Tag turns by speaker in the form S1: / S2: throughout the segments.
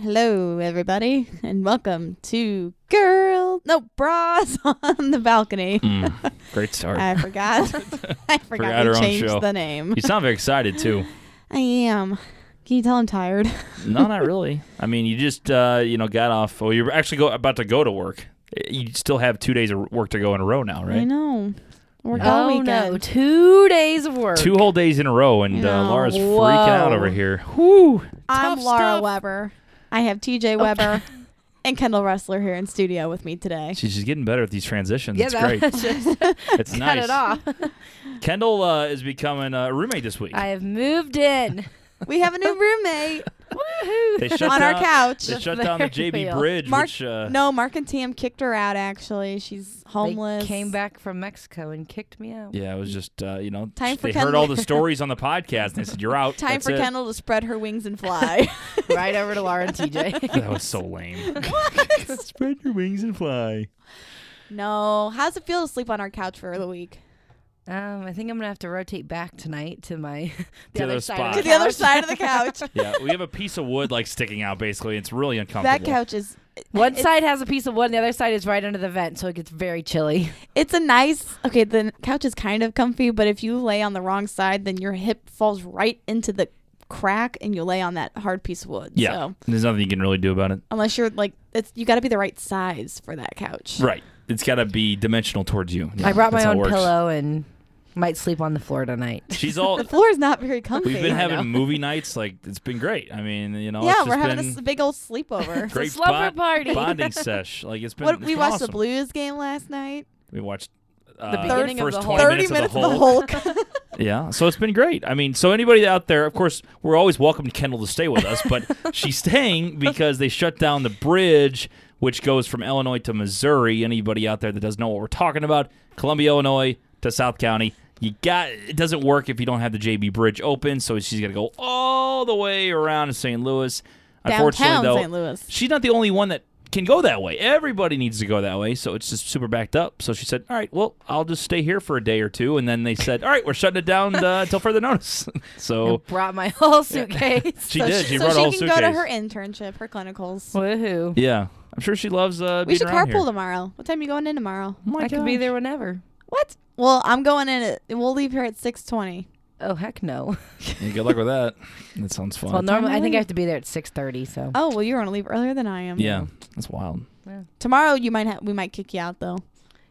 S1: Hello, everybody, and welcome to Girl No Bras on the Balcony.
S2: Mm, great start.
S1: I forgot. I forgot,
S2: Forgot our
S1: we
S2: own
S1: changed
S2: show.
S1: the name.
S2: you sound very excited too.
S1: I am. Can you tell I'm tired?
S2: No, not really. I mean, you just uh, you know got off. Well, you're actually go, about to go to work. You still have two days of work to go in a row now,
S1: I
S2: right?
S1: know. We're
S2: Yeah.
S1: all
S3: Oh
S1: weekend.
S3: no, two days of work.
S2: Two whole days in a row, and uh,
S1: No.
S2: Laura's freaking out
S3: Whoa.
S2: over here. Whoo!
S1: I'm
S3: Tough
S1: Laura
S3: stuff.
S1: Weber. I have TJ Weber and Kendall Wrestler here in studio with me today.
S2: She's just getting better at these transitions.
S3: Yeah,
S2: it's
S3: that
S2: great.
S3: was just
S2: It's
S3: cut
S2: nice.
S3: it off.
S2: Kendall uh, is becoming a roommate this week.
S3: I have moved in.
S1: We have a new roommate
S2: they
S3: Woohoo!
S2: shut
S1: on our
S2: down-
S1: couch.
S2: They
S3: Just
S2: shut down the
S3: very
S2: JB
S3: real.
S2: Bridge,
S1: Mark-
S2: which uh,
S1: No, Mark and Tam kicked her out. Actually, she's homeless.
S3: They came back from Mexico and kicked me out.
S2: yeah, it was just uh, you know
S1: Time for
S2: they heard
S1: Kendall.
S2: all the stories on the podcast and they said you're out.
S1: Time
S2: That's
S1: for
S2: it.
S1: Kendall to spread her wings and fly.
S3: Right over to Laura and TJ.
S2: That was so lame. Spread your wings and fly.
S1: no, how's it feel to sleep on our couch for the week?
S3: um, I think I'm gonna have to rotate back tonight to my the
S2: To
S3: other
S2: the
S3: side
S2: spot.
S3: of
S1: to
S3: the
S1: the other
S3: couch.
S1: side of the couch.
S2: Yeah, we have a piece of wood like sticking out. Basically, it's really
S1: that
S2: uncomfortable.
S1: couch is
S3: One
S1: it's-
S3: side has a piece of wood, and the other side is right under the vent, so it gets very chilly.
S1: It's a nice. Okay, the couch is kind of comfy, but if you lay on the wrong side, then your hip falls right into the crack, and you lay on that hard piece of wood.
S2: yeah,
S1: So,
S2: there's nothing you can really do about it.
S1: unless you're like, it's you got to be the right size for that couch.
S2: Right, it's got to be dimensional towards you. Yeah,
S3: I brought my
S2: that's how it
S3: own
S2: works.
S3: pillow and might sleep on the floor tonight.
S2: She's all.
S1: The floor is not very comfy.
S2: We've been
S3: know.
S2: having movie nights. Like it's been great. I mean, you know,
S1: yeah,
S2: it's just
S1: we're having a
S2: been
S1: s- big old sleepover.
S3: a
S2: great
S3: slumber
S2: bond-
S3: party.
S2: bonding sesh. Like it's been.
S1: what
S2: it's
S1: we
S2: been
S1: watched the
S2: awesome.
S1: Blues game last night.
S2: We watched. Uh,
S3: The beginning of
S2: first
S3: the
S2: 20
S3: Hulk.
S1: Thirty minutes of the
S2: whole.
S1: Hulk.
S2: Yeah, so it's been great. I mean, so anybody out there, of course, we're always welcome to Kendall to stay with us, but she's staying because they shut down the bridge which goes from Illinois to Missouri. Anybody out there that doesn't know what we're talking about, Columbia, Illinois to South County, you got it doesn't work if you don't have the JB Bridge open, so she's got to go all the way around to St. Louis.
S1: Downtown
S2: Unfortunately though,
S1: St. Louis.
S2: she's not the only one that can go that way. Everybody needs to go that way, so it's just super backed up. So she said, "All right, well, I'll just stay here for a day or two. and then they said, "All right, we're shutting it down uh, until further notice." so
S3: Brought my whole suitcase.
S2: she
S1: so
S2: did. She,
S1: She, so
S2: brought a
S1: she
S2: whole
S1: can go
S2: suitcase.
S1: to her internship, her clinicals.
S3: Woohoo!
S2: yeah, I'm sure she loves. Uh,
S1: we
S2: being
S1: should
S2: around
S1: carpool
S2: here.
S1: tomorrow. What time you going in tomorrow?
S2: Oh my
S3: I could be
S2: gosh.
S3: there whenever.
S1: What? Well, I'm going in. At, we'll leave here at six twenty.
S3: Oh heck no!
S2: Yeah, good luck with that. That sounds fun.
S3: Well, normally I think
S1: leave?
S3: I have to be there at six thirty. So
S1: Oh well, you're going to leave earlier than I am.
S2: yeah, that's wild.
S3: Oh.
S1: Tomorrow you might ha- we might kick you out though.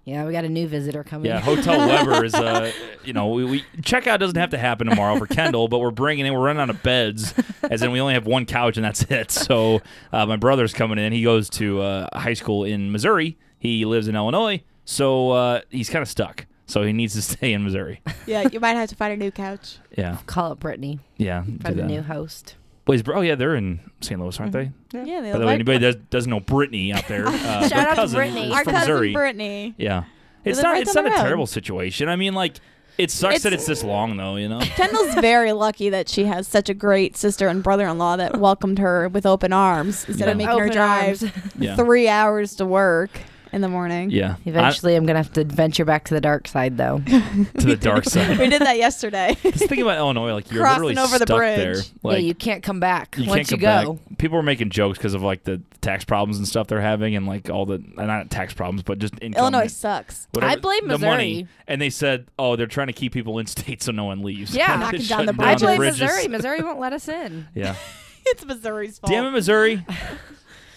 S3: yeah, we got a new visitor coming.
S2: Yeah, Hotel Weber is. Uh, you know, we, we checkout doesn't have to happen tomorrow for Kendall, but we're bringing in. We're running out of beds, as in we only have one couch and that's it. So uh, my brother's coming in. He goes to uh, high school in Missouri. He lives in Illinois, so uh, he's kind of stuck. So he needs to stay in Missouri.
S1: Yeah, you might have to find a new couch.
S2: Yeah,
S3: Call up Brittany
S2: yeah. do
S3: for the
S2: that.
S3: new host.
S2: Wait, is Br- oh yeah, they're in St. Louis, aren't they?
S1: Mm-hmm. Yeah,
S3: Yeah.
S1: they
S2: By the way,
S1: like-
S2: anybody that doesn't know Brittany out there, uh,
S3: Shout
S2: their
S3: out to
S2: cousin
S3: Brittany.
S2: is
S1: our
S2: from
S1: cousin
S2: Missouri.
S1: Brittany.
S2: Yeah, it's
S1: live
S2: not
S1: right
S2: it's
S1: down
S2: not
S1: the
S2: a
S1: road.
S2: terrible situation. I mean, like it sucks that
S1: It's-
S2: it's this long though. You know.
S1: Kendall's very lucky that she has such a great sister and brother-in-law that welcomed her with open arms instead of
S2: Yeah.
S1: making her
S3: Open
S1: drive
S3: arms.
S2: Yeah.
S1: three hours to work in the morning.
S2: Yeah.
S3: Eventually, I, am gonna have to venture back to the dark side, though.
S2: I- to the dark side.
S1: we did that yesterday.
S2: Just think about Illinois, like you're
S1: Crossing
S2: literally
S1: over the
S2: stuck
S1: bridge.
S2: there. Like
S3: yeah, you can't come back
S2: you
S3: once
S2: can't
S3: you
S2: come
S3: go.
S2: back. People were making jokes because of like the tax problems and stuff they're having, and like all the uh, not tax problems, but just income.
S1: Illinois
S2: and
S1: sucks.
S2: whatever-
S3: I blame
S2: the money.
S3: Missouri.
S2: And they said, "Oh, they're trying to keep people in state so no one leaves."
S3: Yeah.
S2: They're
S1: Knocking down
S2: shutting
S1: the
S3: I
S1: Down the
S3: blame
S2: bridges.
S3: Missouri. Missouri won't let us in.
S2: Yeah.
S1: It's Missouri's fault.
S2: Damn it, Missouri.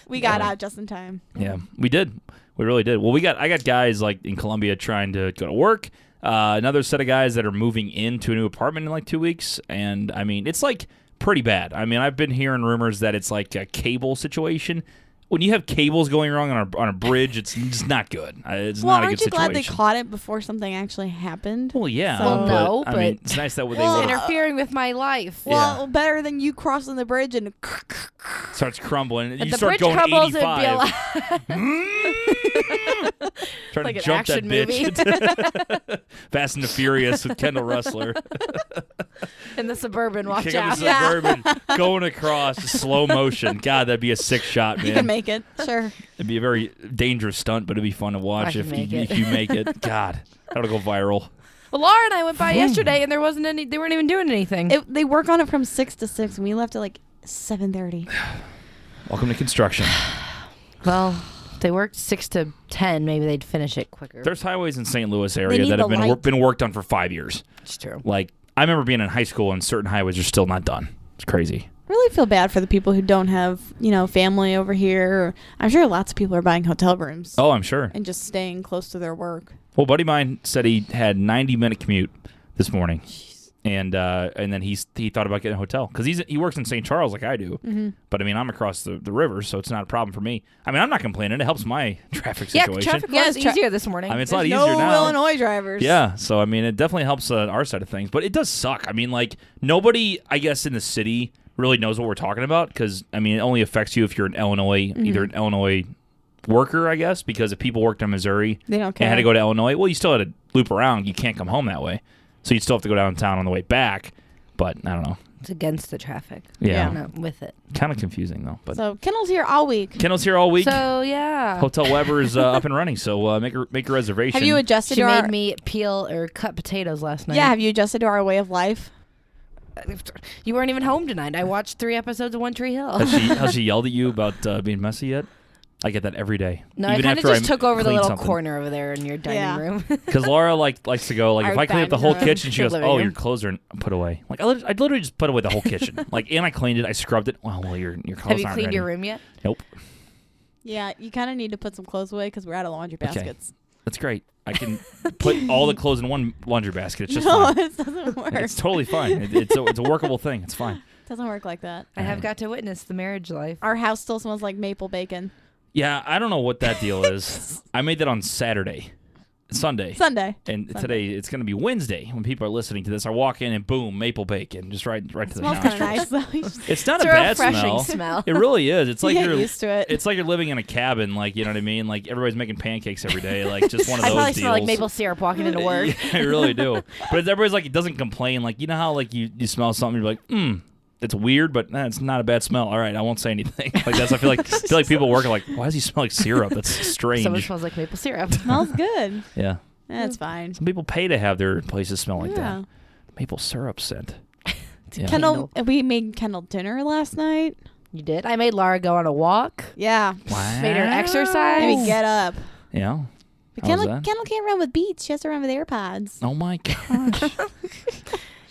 S1: We got
S2: Yeah.
S1: out just in time.
S2: Yeah, we did. We really did. Well, we got I got guys like in Columbia trying to go to work. Uh, another set of guys that are moving into a new apartment in like two weeks, and I mean it's like pretty bad. I mean I've been hearing rumors that it's like a cable situation. When you have cables going wrong on a on a bridge, it's just not good. Uh, It's
S1: well,
S2: not a
S1: aren't
S2: good
S1: you
S2: situation.
S1: glad they caught it before something actually happened?
S2: well, yeah.
S1: Well,
S2: but,
S3: no,
S2: I mean
S3: but-
S2: it's nice that they
S3: It's
S1: Well,
S2: would-
S3: interfering with my life.
S1: Well,
S2: Yeah.
S1: better than you crossing the bridge and
S2: starts crumbling. You
S3: If the
S2: start
S3: bridge
S2: going
S3: crumbles, it'd be
S2: 85.
S3: a lot.
S2: Trying
S3: Like
S2: to
S3: an
S2: jump that
S3: action
S2: bitch. Fast and the Furious with Kendall Rustler.
S3: in the suburban. Watch
S2: Kick up
S3: out.
S2: the
S1: Yeah.
S2: suburban, going across slow motion. God, that'd be a sick shot,
S1: you can
S2: man.
S1: make it. Sure.
S2: it'd be a very dangerous stunt, but it'd be fun to watch
S3: can
S2: if
S3: make
S2: you,
S3: it.
S2: if you make it. God, that'll go viral.
S3: Well, Laura and I went by yesterday, and there wasn't any. They weren't even doing anything.
S1: It, they work on it from six to six, and we left at like seven thirty.
S2: Welcome to construction.
S3: Well, if they worked six to ten. Maybe they'd finish it quicker.
S2: There's highways in St. Louis
S1: They
S2: area
S1: need
S2: that have
S1: the
S2: been wor-
S1: light.
S2: been worked on for five years.
S3: it's true.
S2: Like I remember being in high school and certain highways are still not done. It's crazy.
S1: really feel bad for the people who don't have, you know, family over here. I'm sure lots of people are buying hotel rooms
S2: Oh, I'm sure.
S1: and just staying close to their work.
S2: Well, buddy of mine said he had 90 minute commute this morning, and uh, and then he's he thought about getting a hotel because he's he works in St. Charles like I do,
S1: Mm-hmm.
S2: but I mean I'm across the, the river, so it's not a problem for me. I mean I'm not complaining; it helps my traffic
S3: Yeah,
S2: situation.
S3: traffic
S1: Yeah,
S3: was
S1: it's tra-
S3: easier this morning.
S2: I mean it's a lot
S1: There's
S2: easier
S1: no
S2: now.
S1: Illinois drivers.
S2: Yeah, so I mean, it definitely helps uh, our side of things, but it does suck. I mean, like nobody, I guess, in the city really knows what we're talking about because I mean, it only affects you if you're an Illinois,
S1: Mm-hmm.
S2: either an Illinois worker, I guess, because if people worked in Missouri
S1: They don't
S2: and had
S1: care.
S2: to go to Illinois, well, you still had to loop around. You can't come home that way, so you would still have to go downtown on the way back. But I don't know.
S3: it's against the traffic.
S2: Yeah,
S1: Yeah.
S3: Not with it.
S2: kind of confusing though. But
S1: So Kendall's here all week.
S2: Kendall's here all week.
S3: So yeah,
S2: Hotel Weber is uh, up and running, so uh, make a, make a reservation.
S1: Have you adjusted
S3: she
S1: to our
S3: made me peel or cut potatoes last night.
S1: Yeah, have you adjusted to our way of life?
S3: you weren't even home tonight. I watched three episodes of One Tree Hill.
S2: Has she, has she yelled at you about uh, being messy yet? I get that every day.
S3: No, I kind of just took over the little corner over there in your dining
S1: Yeah.
S3: room.
S2: Because Laura like likes to go like
S3: Our
S2: if I clean up the
S3: dining
S2: whole
S3: room.
S2: kitchen, she goes,
S3: Living
S2: "Oh,
S3: room.
S2: your clothes are n- put away." Like I, lit- I literally just put away the whole kitchen. like and I cleaned it, I scrubbed it. Well, well, your your clothes
S3: Have you
S2: aren't
S3: cleaned
S2: ready.
S3: your room yet?
S2: Nope,
S1: Yeah, you kind of need to put some clothes away because we're out of laundry
S2: Okay.
S1: baskets.
S2: that's great. I can put all the clothes in one laundry basket. It's just
S1: no,
S2: fine.
S1: it doesn't work.
S2: It's totally fine. It, it's a, it's a workable thing. It's fine.
S1: doesn't work like that.
S3: I have
S2: Um,
S3: got to witness the marriage life.
S1: Our house still smells like maple bacon.
S2: Yeah, I don't know what that deal is. I made that on Saturday, Sunday.
S1: Sunday.
S2: And
S1: Sunday.
S2: today it's going to be Wednesday when people are listening to this. I walk in and boom, maple bacon, just right, right to the
S1: smells kind of
S2: nostril.
S1: nice though.
S2: It's not
S3: It's
S2: a,
S3: a
S2: bad
S3: refreshing
S2: smell.
S3: smell.
S2: It really is. It's like
S1: you
S2: you
S1: get
S2: are
S1: used to it.
S2: It's like you're living in a cabin, like you know what I mean. Like everybody's making pancakes every day, like just one of
S3: I
S2: those
S3: probably
S2: deals.
S3: smell like maple syrup walking into work.
S2: Yeah, I really do. But everybody's like, it doesn't complain. Like you know how like you, you smell something, you're like, hmm, that's weird, but nah, it's not a bad smell. All right, I won't say anything. Like that's I feel like I feel like people work are like, why does he smell like syrup? That's
S3: Someone
S2: strange.
S3: smells like maple syrup.
S1: smells good.
S2: Yeah,
S1: That's fine.
S2: some people pay to have their places smell like
S1: yeah.
S2: that. Maple syrup scent. Yeah.
S1: Kendall, we made Kendall dinner last night.
S3: You did. I made Laura go on a walk.
S1: Yeah.
S2: Wow.
S3: Made her exercise.
S1: Maybe get up.
S2: Yeah.
S1: But
S2: How was
S1: Kendall,
S2: that?
S1: Kendall can't run with Beats. She has to run with AirPods.
S2: Oh my gosh.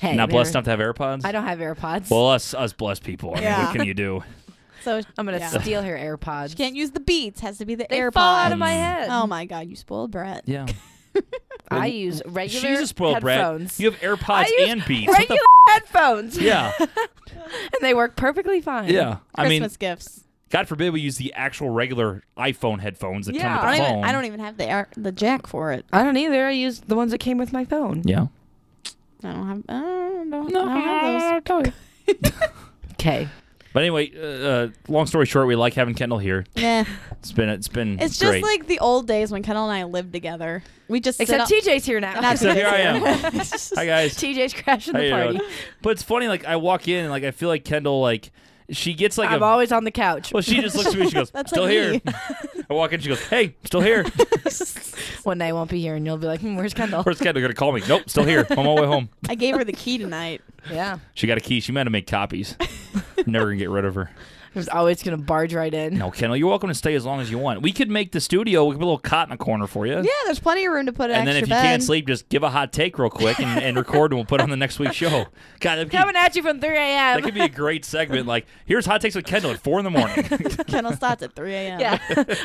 S3: Hey,
S2: not blessed
S3: whatever.
S2: enough to have AirPods.
S3: I don't have AirPods.
S2: Well, us us blessed people. I mean,
S1: Yeah.
S2: what can you do?
S1: So
S3: I'm gonna
S1: yeah.
S3: steal her AirPods.
S1: She can't use the Beats. Has to be the
S3: they
S1: AirPods.
S3: fall out of my
S2: Mm.
S3: head.
S1: Oh my God, you spoiled Brett.
S2: Yeah.
S3: I use regular
S2: She's a spoiled brat.
S3: headphones.
S2: You have AirPods
S3: I use
S2: and Beats. What the
S3: regular headphones.
S2: f- yeah.
S3: and they work perfectly fine.
S2: Yeah. I mean,
S1: Christmas gifts.
S2: God forbid we use the actual regular iPhone headphones that
S3: Yeah,
S2: come
S1: I
S2: with
S1: don't
S2: the
S1: even.
S2: phone.
S1: I don't even have the air, the jack for it.
S3: I don't either. I use the ones that came with my phone.
S2: Yeah.
S1: I don't have. I don't, I don't have those.
S3: Okay.
S2: But anyway, uh, uh, long story short, we like having Kendall here.
S1: Yeah,
S2: It's been it's been
S1: it's just
S2: great.
S1: like the old days when Kendall and I lived together. We just sit
S3: Except
S1: up-
S3: TJ's here now.
S1: Not
S2: Except here I am.
S1: It's just-
S2: Hi guys.
S3: TJ's crashing
S2: How
S3: the
S2: you
S3: party.
S2: doing? But it's funny. Like I walk in and like I feel like Kendall like she gets like
S3: I'm
S2: a
S3: always on the couch.
S2: well she just looks at me. and She goes
S1: That's
S2: still
S1: like
S2: here.
S1: me.
S2: I walk in. She goes hey still here.
S3: One day I won't be here, and you'll be like, hmm, "Where's Kendall?"
S2: Where's Kendall gonna call me? Nope still here. I'm on my way home.
S1: I gave her the key tonight.
S3: yeah,
S2: She got a key. She meant to make copies. Never gonna get rid of her.
S3: I'm just always gonna barge right in.
S2: No, Kendall, you're welcome to stay as long as you want. We could make the studio. We could put a little cot in a corner for you.
S1: Yeah, there's plenty of room to put an
S2: And then
S1: extra
S2: if you
S1: bed.
S2: can't sleep, just give a hot take real quick and, and record, and we'll put it on the next week's show. God, that could,
S3: Coming
S2: be,
S3: at you from 3 a.m.
S2: that could be a great segment. Like, here's hot takes with Kendall at four in the morning.
S1: Kendall starts at 3 a.m.
S3: yeah,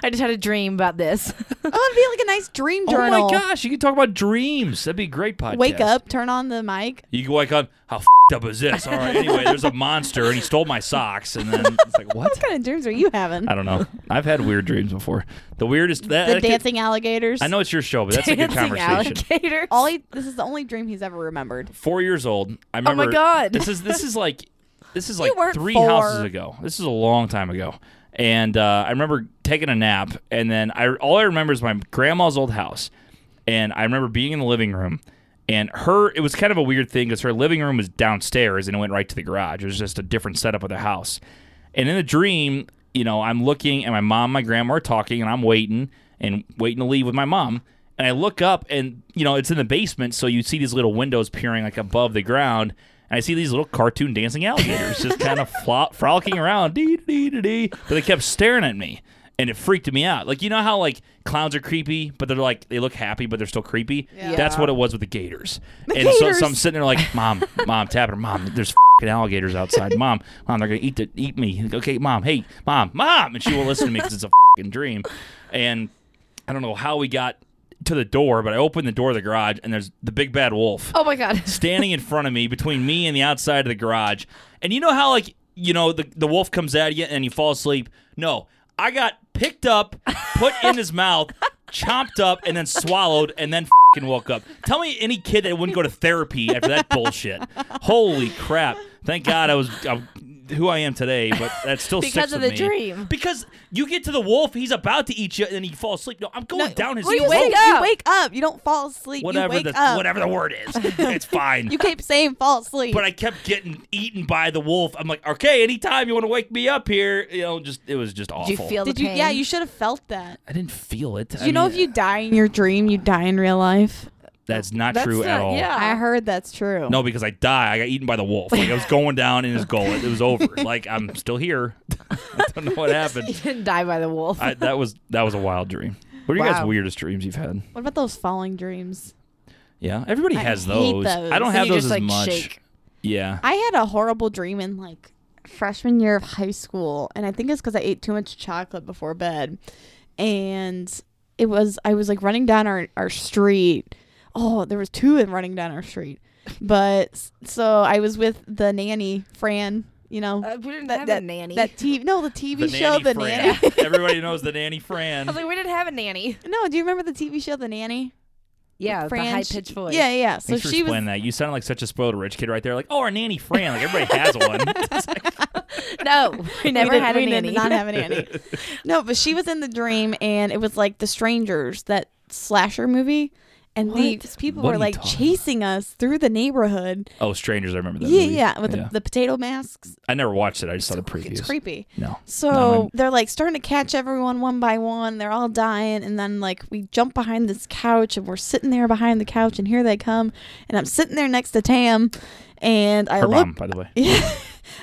S3: I just had a dream about this.
S1: Oh, it'd be like a nice dream
S2: oh
S1: journal.
S2: my gosh, you could talk about dreams. That'd be a great podcast.
S1: Wake up, turn on the mic.
S2: You can wake up. How f- up is this? All right. Anyway, there's a monster and he stole my socks, and then it's like what?
S1: What kind of dreams are you having?
S2: I don't know. I've had weird dreams before. The weirdest. That,
S1: The
S2: that could-
S1: dancing alligators.
S2: I know it's your show, but that's a good
S3: Dancing
S2: conversation.
S3: alligators.
S1: All he, this is the only dream he's ever remembered.
S2: four years old. I
S1: Oh
S3: my
S2: remember.
S3: God.
S2: This is this is like this is like
S1: weren't
S2: three
S1: four.
S2: houses ago. This is a long time ago, and uh, I remember taking a nap, and then I all I remember is my grandma's old house, and I remember being in the living room. And her, it was kind of a weird thing because her living room was downstairs and it went right to the garage. It was just a different setup of the house. And in the dream, you know, I'm looking and my mom and my grandma are talking and I'm waiting and waiting to leave with my mom. And I look up and, you know, it's in the basement. So you see these little windows peering like above the ground. And I see these little cartoon dancing alligators just kind of flop, frolicking around. Dee, dee, dee, dee. But they kept staring at me. And it freaked me out. Like you know how like clowns are creepy, but they're like they look happy, but they're still creepy.
S1: Yeah.
S2: That's
S3: Yeah.
S2: what it was with the gators. and So,
S1: gators.
S2: so I'm sitting there like, mom, mom, tap her, mom. There's fing alligators outside, mom, mom. They're gonna eat the, eat me. Okay, mom, hey, mom, mom. And she will listen to me because it's a fing dream. And I don't know how we got to the door, but I opened the door of the garage, and there's the big bad wolf
S3: Oh my god.
S2: standing in front of me between me and the outside of the garage. And you know how like you know the the wolf comes at you and you fall asleep. No, I got picked up, put in his mouth, chomped up, and then swallowed, and then fing woke up. Tell me any kid that wouldn't go to therapy after that bullshit. Holy crap! Thank God I was. I'm, who I am today, but that still
S3: Because
S2: sticks
S3: of
S2: with
S3: the
S2: me.
S3: dream.
S2: Because you get to the wolf, he's about to eat you, and then you fall asleep. No, I'm going down his
S1: Well, you
S2: throat.
S1: wake
S3: up.
S1: You wake up. You don't fall asleep.
S2: Whatever
S1: you wake
S2: the
S1: up.
S2: whatever the word is, it's fine.
S1: You keep saying fall asleep.
S2: But I kept getting eaten by the wolf. I'm like, okay, anytime you want to wake me up here, you know, just it was just awful.
S3: you feel
S1: Did
S3: the
S1: you?
S3: pain?
S1: Yeah, you should have felt that.
S2: I didn't feel it.
S1: Do you know if you die in your dream, you die in real life?
S2: that's not
S3: That's
S2: true at
S3: not-
S2: all.
S3: yeah.
S1: I heard that's true.
S2: No, because I die. I got eaten by the wolf. Like I was going down in his gullet. It was over. Like I'm still here. I don't know what
S3: You
S2: happened.
S3: didn't die by the wolf.
S2: I, that was that was a wild dream. What are you guys'
S3: Wow.
S2: weirdest dreams you've had?
S1: What about those falling dreams?
S2: Yeah, everybody
S1: I
S2: has
S1: hate
S2: those.
S1: those.
S2: I don't
S1: And
S2: have
S3: you
S2: those
S3: just
S2: as
S3: like
S2: much.
S3: shake.
S2: Yeah,
S1: I had a horrible dream in like freshman year of high school, and I think it's because I ate too much chocolate before bed. And it was I was like running down our our street. Oh, there was two in running down our street. But s- so I was with the nanny Fran, you know.
S3: Uh, we didn't
S1: that,
S3: have
S1: that
S3: a nanny.
S1: That TV, no, the TV
S2: the
S1: show,
S2: nanny
S1: the
S2: Fran.
S1: nanny.
S2: everybody knows the nanny Fran.
S3: I was like, we didn't have a nanny.
S1: No, do you remember the TV show, the nanny?
S3: Yeah,
S1: Fran,
S3: the high
S1: she-
S3: pitched voice.
S1: Yeah, yeah. So
S2: Thanks for
S1: she was
S2: explaining that. You sounded like such a spoiled rich kid right there. Like, oh, our nanny Fran. Like everybody has one.
S3: No, we never
S1: did-
S3: had a
S1: we
S3: nanny.
S1: Did not have a nanny. no, but she was in the dream, and it was like The Strangers, that slasher movie, and these people
S2: What
S1: were
S2: are you
S1: like
S2: talking
S1: chasing us through the neighborhood.
S2: Oh, Strangers. I remember that.
S1: yeah,
S2: movie.
S1: yeah, with The, the potato masks.
S2: I never watched it. I just saw the
S1: It's
S2: previews.
S1: creepy.
S2: No.
S1: So
S2: No, I'm-
S1: they're like starting to catch everyone one by one. They're all dying, and then like we jump behind this couch, and we're sitting there behind the couch, and here they come, and I'm sitting there next to Tam, and I
S2: Her
S1: look
S2: mom, by the way.
S1: Yeah.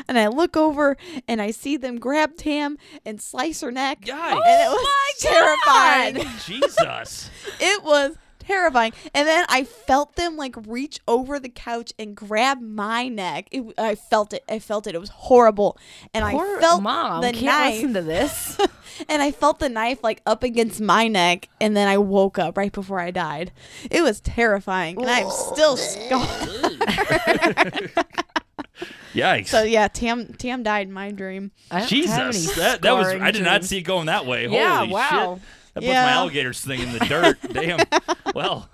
S1: And I look over and I see them grab Tam and slice her neck.
S2: Yikes. Oh
S1: and it was terrifying.
S2: Jesus.
S1: It was terrifying. And then I felt them like reach over the couch and grab my neck. It, I felt it. I felt it. It was horrible. And
S3: Poor
S1: I felt
S3: mom.
S1: the
S3: can't
S1: knife.
S3: listen to this.
S1: and I felt the knife like up against my neck, and then I woke up right before I died. It was terrifying, and I'm still scarred.
S2: Yikes.
S1: So yeah, Tam Tam died in my dream.
S3: I don't have any
S2: Jesus. That, that was.
S3: scarring
S2: I did not
S3: dreams.
S2: see it going that way.
S3: Yeah,
S2: Holy
S3: wow.
S2: shit. That puts my
S1: Yeah.
S2: alligators thing in the dirt. Damn. Well.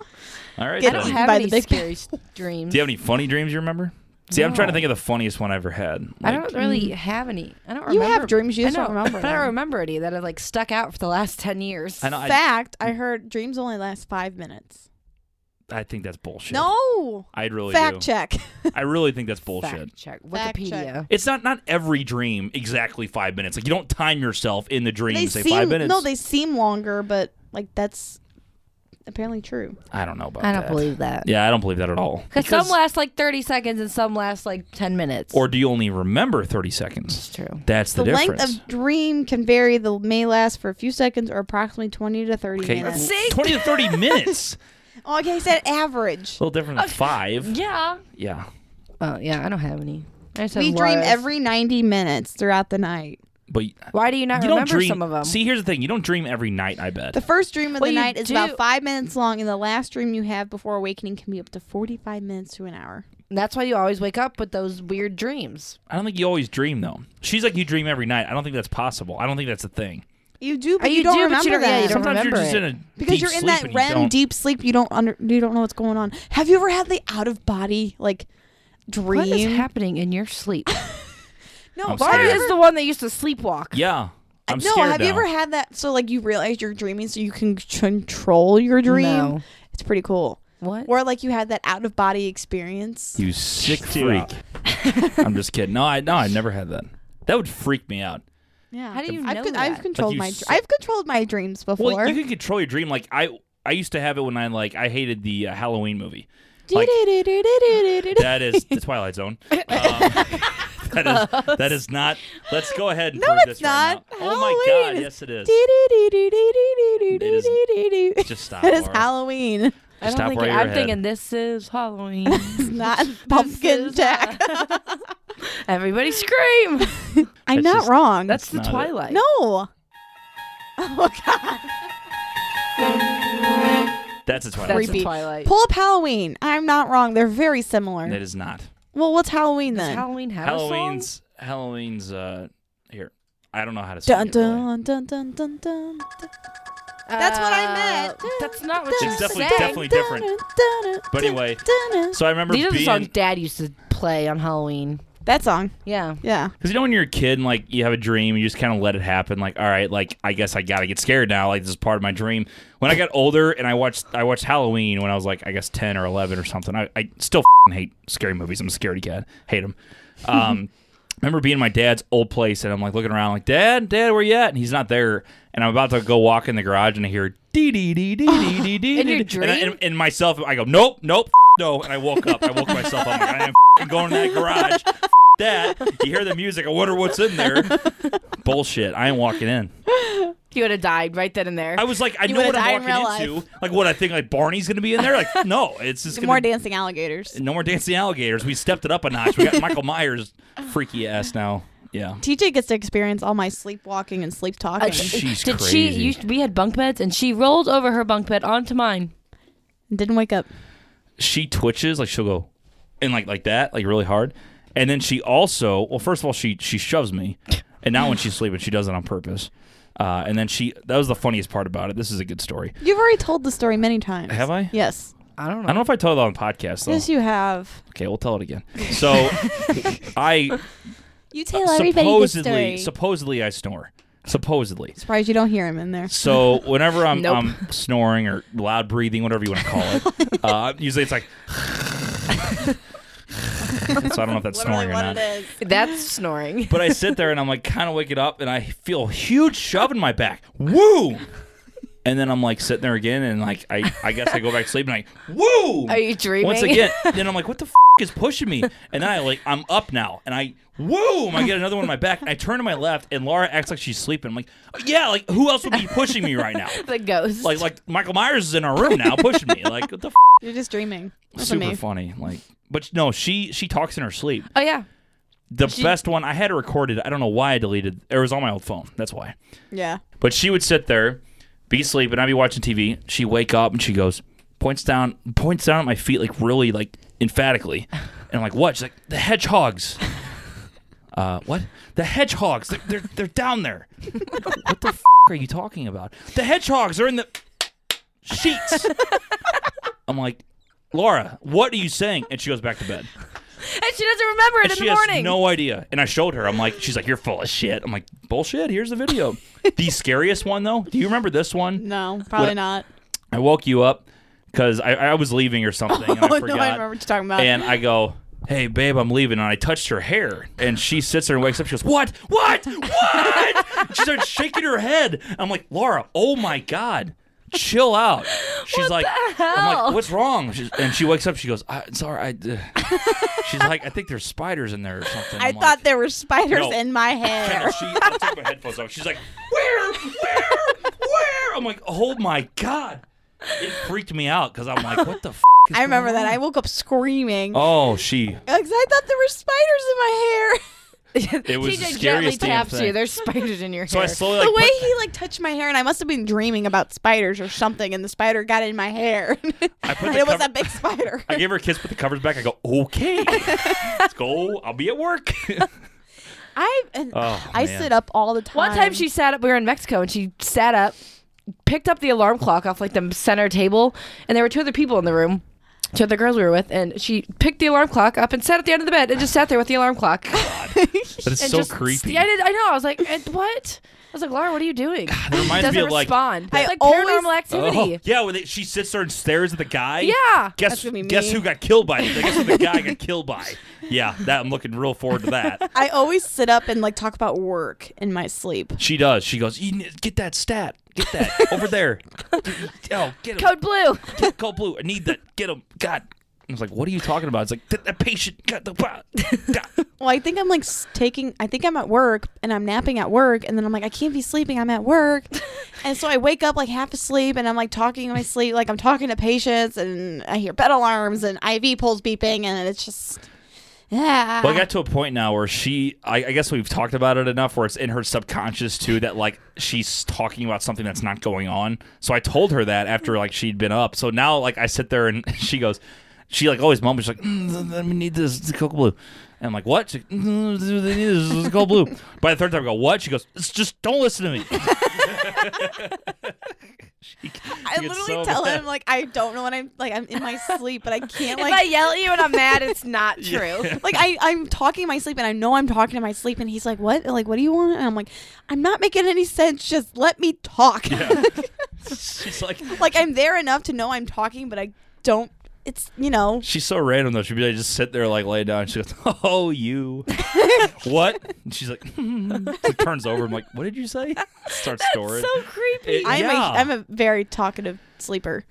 S2: All right.
S1: Get
S2: then.
S3: I don't
S1: eaten
S3: have
S1: by
S3: any
S1: the big-
S3: scary s- dreams.
S2: Do you have any funny dreams you remember? See, I'm trying to
S3: No.
S2: think of the funniest one I ever had.
S3: I
S2: Like,
S3: don't really have any. I don't remember.
S1: You have dreams, you
S3: I
S1: just don't
S3: know,
S1: remember
S3: But I don't
S1: them.
S3: remember any that have like stuck out for the last ten years.
S2: I know. I,
S1: fact, I heard dreams only last five minutes.
S2: I think that's bullshit.
S1: No.
S2: I really
S1: Fact
S2: do.
S1: check.
S2: I really think that's bullshit.
S3: Fact check.
S1: Fact
S3: Wikipedia.
S1: check.
S2: It's not not every dream exactly five minutes. Like you don't time yourself in the dream.
S1: they
S2: and say
S1: seem
S2: five minutes.
S1: no, they seem longer, but like that's apparently true.
S2: I don't know about
S3: I
S2: that.
S3: don't believe that.
S2: Yeah, I don't believe that at all.
S3: Cause some last like thirty seconds and some last like ten minutes.
S2: Or do you only remember thirty seconds?
S3: it's true.
S2: That's the,
S1: The
S2: difference.
S1: length of dream can vary. The may last for a few seconds or approximately twenty to thirty
S2: okay,
S1: minutes.
S3: See?
S2: twenty to thirty minutes.
S1: Oh, okay, I said average.
S2: A little different than five.
S3: Yeah.
S2: Yeah,
S3: Oh yeah, I don't have any. I just have
S1: We dream
S3: Laura's.
S1: every ninety minutes throughout the night.
S2: but you
S3: Why do you not
S2: don't
S3: remember
S2: dream.
S3: some of them?
S2: See, here's the thing: you don't dream every night. I bet.
S1: The first dream of
S3: Well,
S1: the
S3: you
S1: night is
S3: do-
S1: about five minutes long, and the last dream you have before awakening can be up to forty-five minutes to an hour.
S3: That's why you always wake up with those weird dreams.
S2: I don't think you always dream though. She's like you dream every night. I don't think that's possible. I don't think that's a thing.
S1: You do, but
S3: Oh,
S1: Uh, you,
S3: you
S1: don't
S3: do, but
S1: remember
S3: you don't- yeah,
S1: that.
S3: you don't
S2: Sometimes
S3: remember
S2: you're just in
S3: it.
S2: a
S1: because
S2: deep
S1: you're in
S2: sleep
S1: that
S2: and you
S1: REM
S2: don't-
S1: deep sleep. You don't under you don't know what's going on. Have you ever had the out of body like dream?
S3: What is happening in your sleep?
S1: no,
S2: I'm
S1: have
S2: scared.
S3: Laura
S1: you
S3: is the one that used to sleepwalk.
S2: Yeah, I'm
S1: no,
S2: scared
S1: have you
S2: now.
S1: ever had that? So like you realize you're dreaming, so you can control your dream.
S3: No.
S1: It's pretty cool.
S3: What?
S1: Or like you had that out of body experience.
S2: You sick freak. I'm just kidding. No, I no, I never had that. That would freak me out.
S1: Yeah.
S3: How do you
S1: I've
S3: know
S1: con-
S3: that?
S1: I've controlled
S2: you
S1: my.
S2: s-
S1: dr- I've controlled my dreams before.
S2: Well, you can control your dream. Like I, I used to have it when I like I hated the uh, Halloween movie. Like,
S1: Do-do-do-do-do-do-do-do.
S2: that is the Twilight Zone. Um, that is that is not. Let's go ahead and
S1: No,
S2: prove
S1: it's
S2: this right
S1: not.
S2: now. Oh my
S1: Halloween
S2: God!
S1: is-
S2: Yes, it is.
S1: Do-do-do-do-do-do-do-do-do-do-do.
S2: Just stop.
S1: That is
S2: Laura.
S1: Halloween.
S3: I don't
S2: Stop
S3: think
S2: where you're
S3: I'm
S2: headed.
S3: thinking this is Halloween.
S1: It's not pumpkin
S3: is
S1: jack.
S3: Everybody scream.
S1: I'm
S2: That's
S1: not
S2: just-
S1: wrong.
S3: That's the
S2: not it.
S3: Twilight.
S1: no. Oh god.
S2: That's a Twilight
S3: that's
S2: Zone.
S1: creepy.
S3: the Twilight.
S1: Pull up Halloween. I'm not wrong. They're very similar.
S2: That is not.
S1: well, what's Halloween
S3: Does
S1: then?
S3: Halloween have a song?
S2: Halloween's Halloween's uh here. I don't know how to sing
S1: Dun
S2: it. really.
S1: dun, dun dun dun dun. dun. That's what I meant.
S3: Uh, That's not what
S1: It's
S3: you
S2: definitely-
S3: sang.
S2: definitely- different.
S1: Dun, dun, dun,
S2: But anyway,
S1: dun, dun.
S2: So I remember
S3: These are the songs
S2: being
S3: Dad used to play on Halloween.
S1: that song.
S3: Yeah.
S1: Yeah.
S2: because you know when you're a kid and like you have a dream, you just kind of let it happen. Like, all right, like I guess I gotta get scared now. Like this is part of my dream. When I got older and I watched I watched Halloween when I was like I guess ten or eleven or something. I, I still fing hate scary movies. I'm a scaredy cat. Hate them. Um, I remember being in my dad's old place and I'm like looking around like Dad, Dad, where you at? And he's not there. And I'm about to go walk in the garage and I hear dee dee dee dee dee dee dee.
S3: In your
S2: dee." And, I-
S3: dream?
S2: and, and myself, I go nope, nope, no. And I woke up. I woke myself up. I'm Like, I am fing going in that garage. F- That you hear the music. I wonder what's in there. Bullshit. I ain't walking in.
S3: You would have died right then and there.
S2: I was like, I
S1: You
S2: know what
S1: would've died
S2: I'm
S1: in
S2: walking
S1: real
S2: into. Like, what I think, like Barney's gonna be in there. Like, no, it's just gonna
S1: More dancing alligators.
S2: no more dancing alligators. We stepped it up a notch. We got Michael Myers freaky ass now. Yeah.
S1: TJ gets to experience all my sleepwalking and sleep
S3: Uh,
S1: talking.
S2: sh-
S3: she-
S2: She's
S3: did
S2: crazy.
S3: she? You, we had bunk beds, and she rolled over her bunk bed onto mine.
S1: Didn't wake up.
S2: she twitches like she'll go and like like that like really hard and then she also well first of all she she shoves me and now when she's sleeping she does it on purpose uh, and then she that was the funniest part about it this is a good story
S1: You've already told the story many times.
S2: Have I? Oh.
S1: Yes.
S3: I don't
S2: i
S3: know.
S2: don't know if i told it on the podcast though
S1: Yes, you have.
S2: okay we'll tell it again so i
S1: You tell everybody this
S2: supposedly
S1: story.
S2: supposedly i snore supposedly
S1: Surprised you don't hear him in there.
S2: so whenever I'm,
S3: Nope.
S2: I'm snoring or loud breathing whatever you want to call it uh, usually it's like so i don't know if that's snoring or not
S1: it is.
S3: That's snoring.
S2: But I sit there and I'm like kind of waking up and I feel a huge shove in my back. Woo! And then I'm like sitting there again and like I, I guess I go back to sleep and I woo!
S3: Are you dreaming?
S2: Once again, then I'm like, what the f- is pushing me? And then I like I'm up now and I whoom! I get another one in my back and I turn to my left and Laura acts like she's sleeping. I'm like, yeah, like who else would be pushing me right now?
S3: the ghost.
S2: Like like Michael Myers is in our room now pushing me. Like what the f-
S1: You're just dreaming. That's
S2: super
S1: me.
S2: funny. Like but no, she she talks in her sleep.
S3: oh yeah.
S2: The
S3: She-
S2: best one I had it recorded. I don't know why I deleted. It was on my old phone. That's why.
S1: Yeah.
S2: But she would sit there, be asleep, and I'd be watching TV. She wake up and she goes, points down, points down at my feet like really like emphatically, and I'm like, what? She's like, the hedgehogs. Uh, what? The hedgehogs. They're they're, they're down there. what the f- are you talking about? The hedgehogs are in the sheets. I'm like, Laura, what are you saying? And she goes back to bed
S3: And she doesn't remember it
S2: and
S3: in
S2: she
S3: the morning.
S2: has no idea. And I showed her. I'm like, she's like, you're full of shit. I'm like, bullshit. Here's the video. the scariest one though. Do you remember this one?
S1: No, probably
S2: What-
S1: not.
S2: I woke you up because I, I was leaving or something, and I
S1: oh, no,
S2: forgot.
S1: I remember what you're talking about.
S2: and I go. Hey babe, I'm leaving, and I touched her hair, and she sits there and wakes up. She goes, "What? What? What?" she starts shaking her head. I'm like, "Laura, oh my god, chill out." She's like, "I'm
S3: hell?
S2: like, what's wrong?" She's, and she wakes up. She goes, I, "Sorry, I." Uh. She's like, "I think there's spiders in there or something."
S1: I
S2: I'm like,
S1: thought there were spiders
S2: No.
S1: in my hair.
S2: and she I took my headphones off. She's like, "Where? Where? Where?" I'm like, "Oh my god!" It freaked me out because I'm like, "What the?" F- is
S1: I remember
S2: going
S1: that. I
S2: on?"
S1: woke up screaming
S2: Oh, she.
S1: because I thought there were spiders in my hair.
S2: It was the
S3: TJ gently
S2: scariest damn
S3: taps
S2: thing.
S3: you. There's spiders in your
S2: so I
S3: hair.
S2: slowly
S1: the
S2: like,
S1: way
S2: put-
S1: he like touched my hair, and I must have been dreaming about spiders or something, and the spider got in my hair.
S2: I put
S1: and
S2: the
S1: it was
S2: cover-
S1: a big spider.
S2: I gave her a kiss, put the covers back. I go, "Okay, let's go. I'll be at work."
S1: I and
S2: Oh,
S1: I
S2: man.
S1: sit up all the time.
S3: One time she sat up. We were in Mexico, and she sat up, picked up the alarm clock off like the center table, and there were two other people in the room. Two other girls we were with, and she picked the alarm clock up and sat at the end of the bed and just sat there with the alarm clock.
S2: But it's
S3: and
S2: so
S3: just,
S2: creepy.
S3: Yeah, I, did, I know. I was like, "And what? I was like, Laura, what are you doing? It
S2: It reminds
S3: doesn't
S2: me of like,
S3: respond.
S1: I
S3: it's like
S1: always-
S3: paranormal
S2: oh,
S3: activity.
S2: yeah, when they, she sits there and stares at the guy.
S3: Yeah.
S2: Guess
S1: That's gonna be
S2: guess
S1: me.
S2: who got killed by it? Guess who the guy got killed by? Yeah, that I'm looking real forward to that.
S1: I always sit up and like talk about work in my sleep.
S2: She does. She goes, you need, get that stat. Get that over there. Oh, get him.
S3: Code blue.
S2: Get Code blue. I need that. Get him. God. I was like, "What are you talking about?" It's like that, that patient got the. blah, blah."
S1: Well, I think I'm like s- taking. I think I'm at work and I'm napping at work, and then I'm like, I can't be sleeping. I'm at work, and so I wake up like half asleep, and I'm like talking in my sleep, like I'm talking to patients, and I hear bed alarms and IV poles beeping, and it's just, yeah.
S2: Well, I got to a point now where she, I, I guess we've talked about it enough where it's in her subconscious too that like she's talking about something that's not going on. So I told her that after like she'd been up. So now like I sit there and she goes, she like always mumbles, she's like, mm, th- th- we need this Coca Blue. And I'm like, what? She, mm, th- th- they need this Coca Blue. By the third time I go, what? She goes, it's just don't listen to me. She-
S1: I
S2: she gets
S1: literally
S2: so
S1: tell
S2: mad.
S1: him like I don't know what I'm like. I'm in my sleep, but I can't
S3: if I
S1: like.
S3: yell at you and I'm mad, it's not true.
S1: Like I, I'm talking in my sleep, and I know I'm talking in my sleep, and he's like, "What? Like, what do you want?" And I'm like, "I'm not making any sense. Just let me talk."
S2: she's like,
S1: like I'm there enough to know I'm talking, but I don't. It's you know.
S2: She's so random though. She'd be like, just sit there, like lay down. She goes, "Oh, you, what?" And she's like, hmm. She turns over. I'm like, "What did you say?" Starts storing.
S3: So creepy.
S2: It-
S1: I'm
S2: Yeah.
S1: a I'm a very talkative sleeper.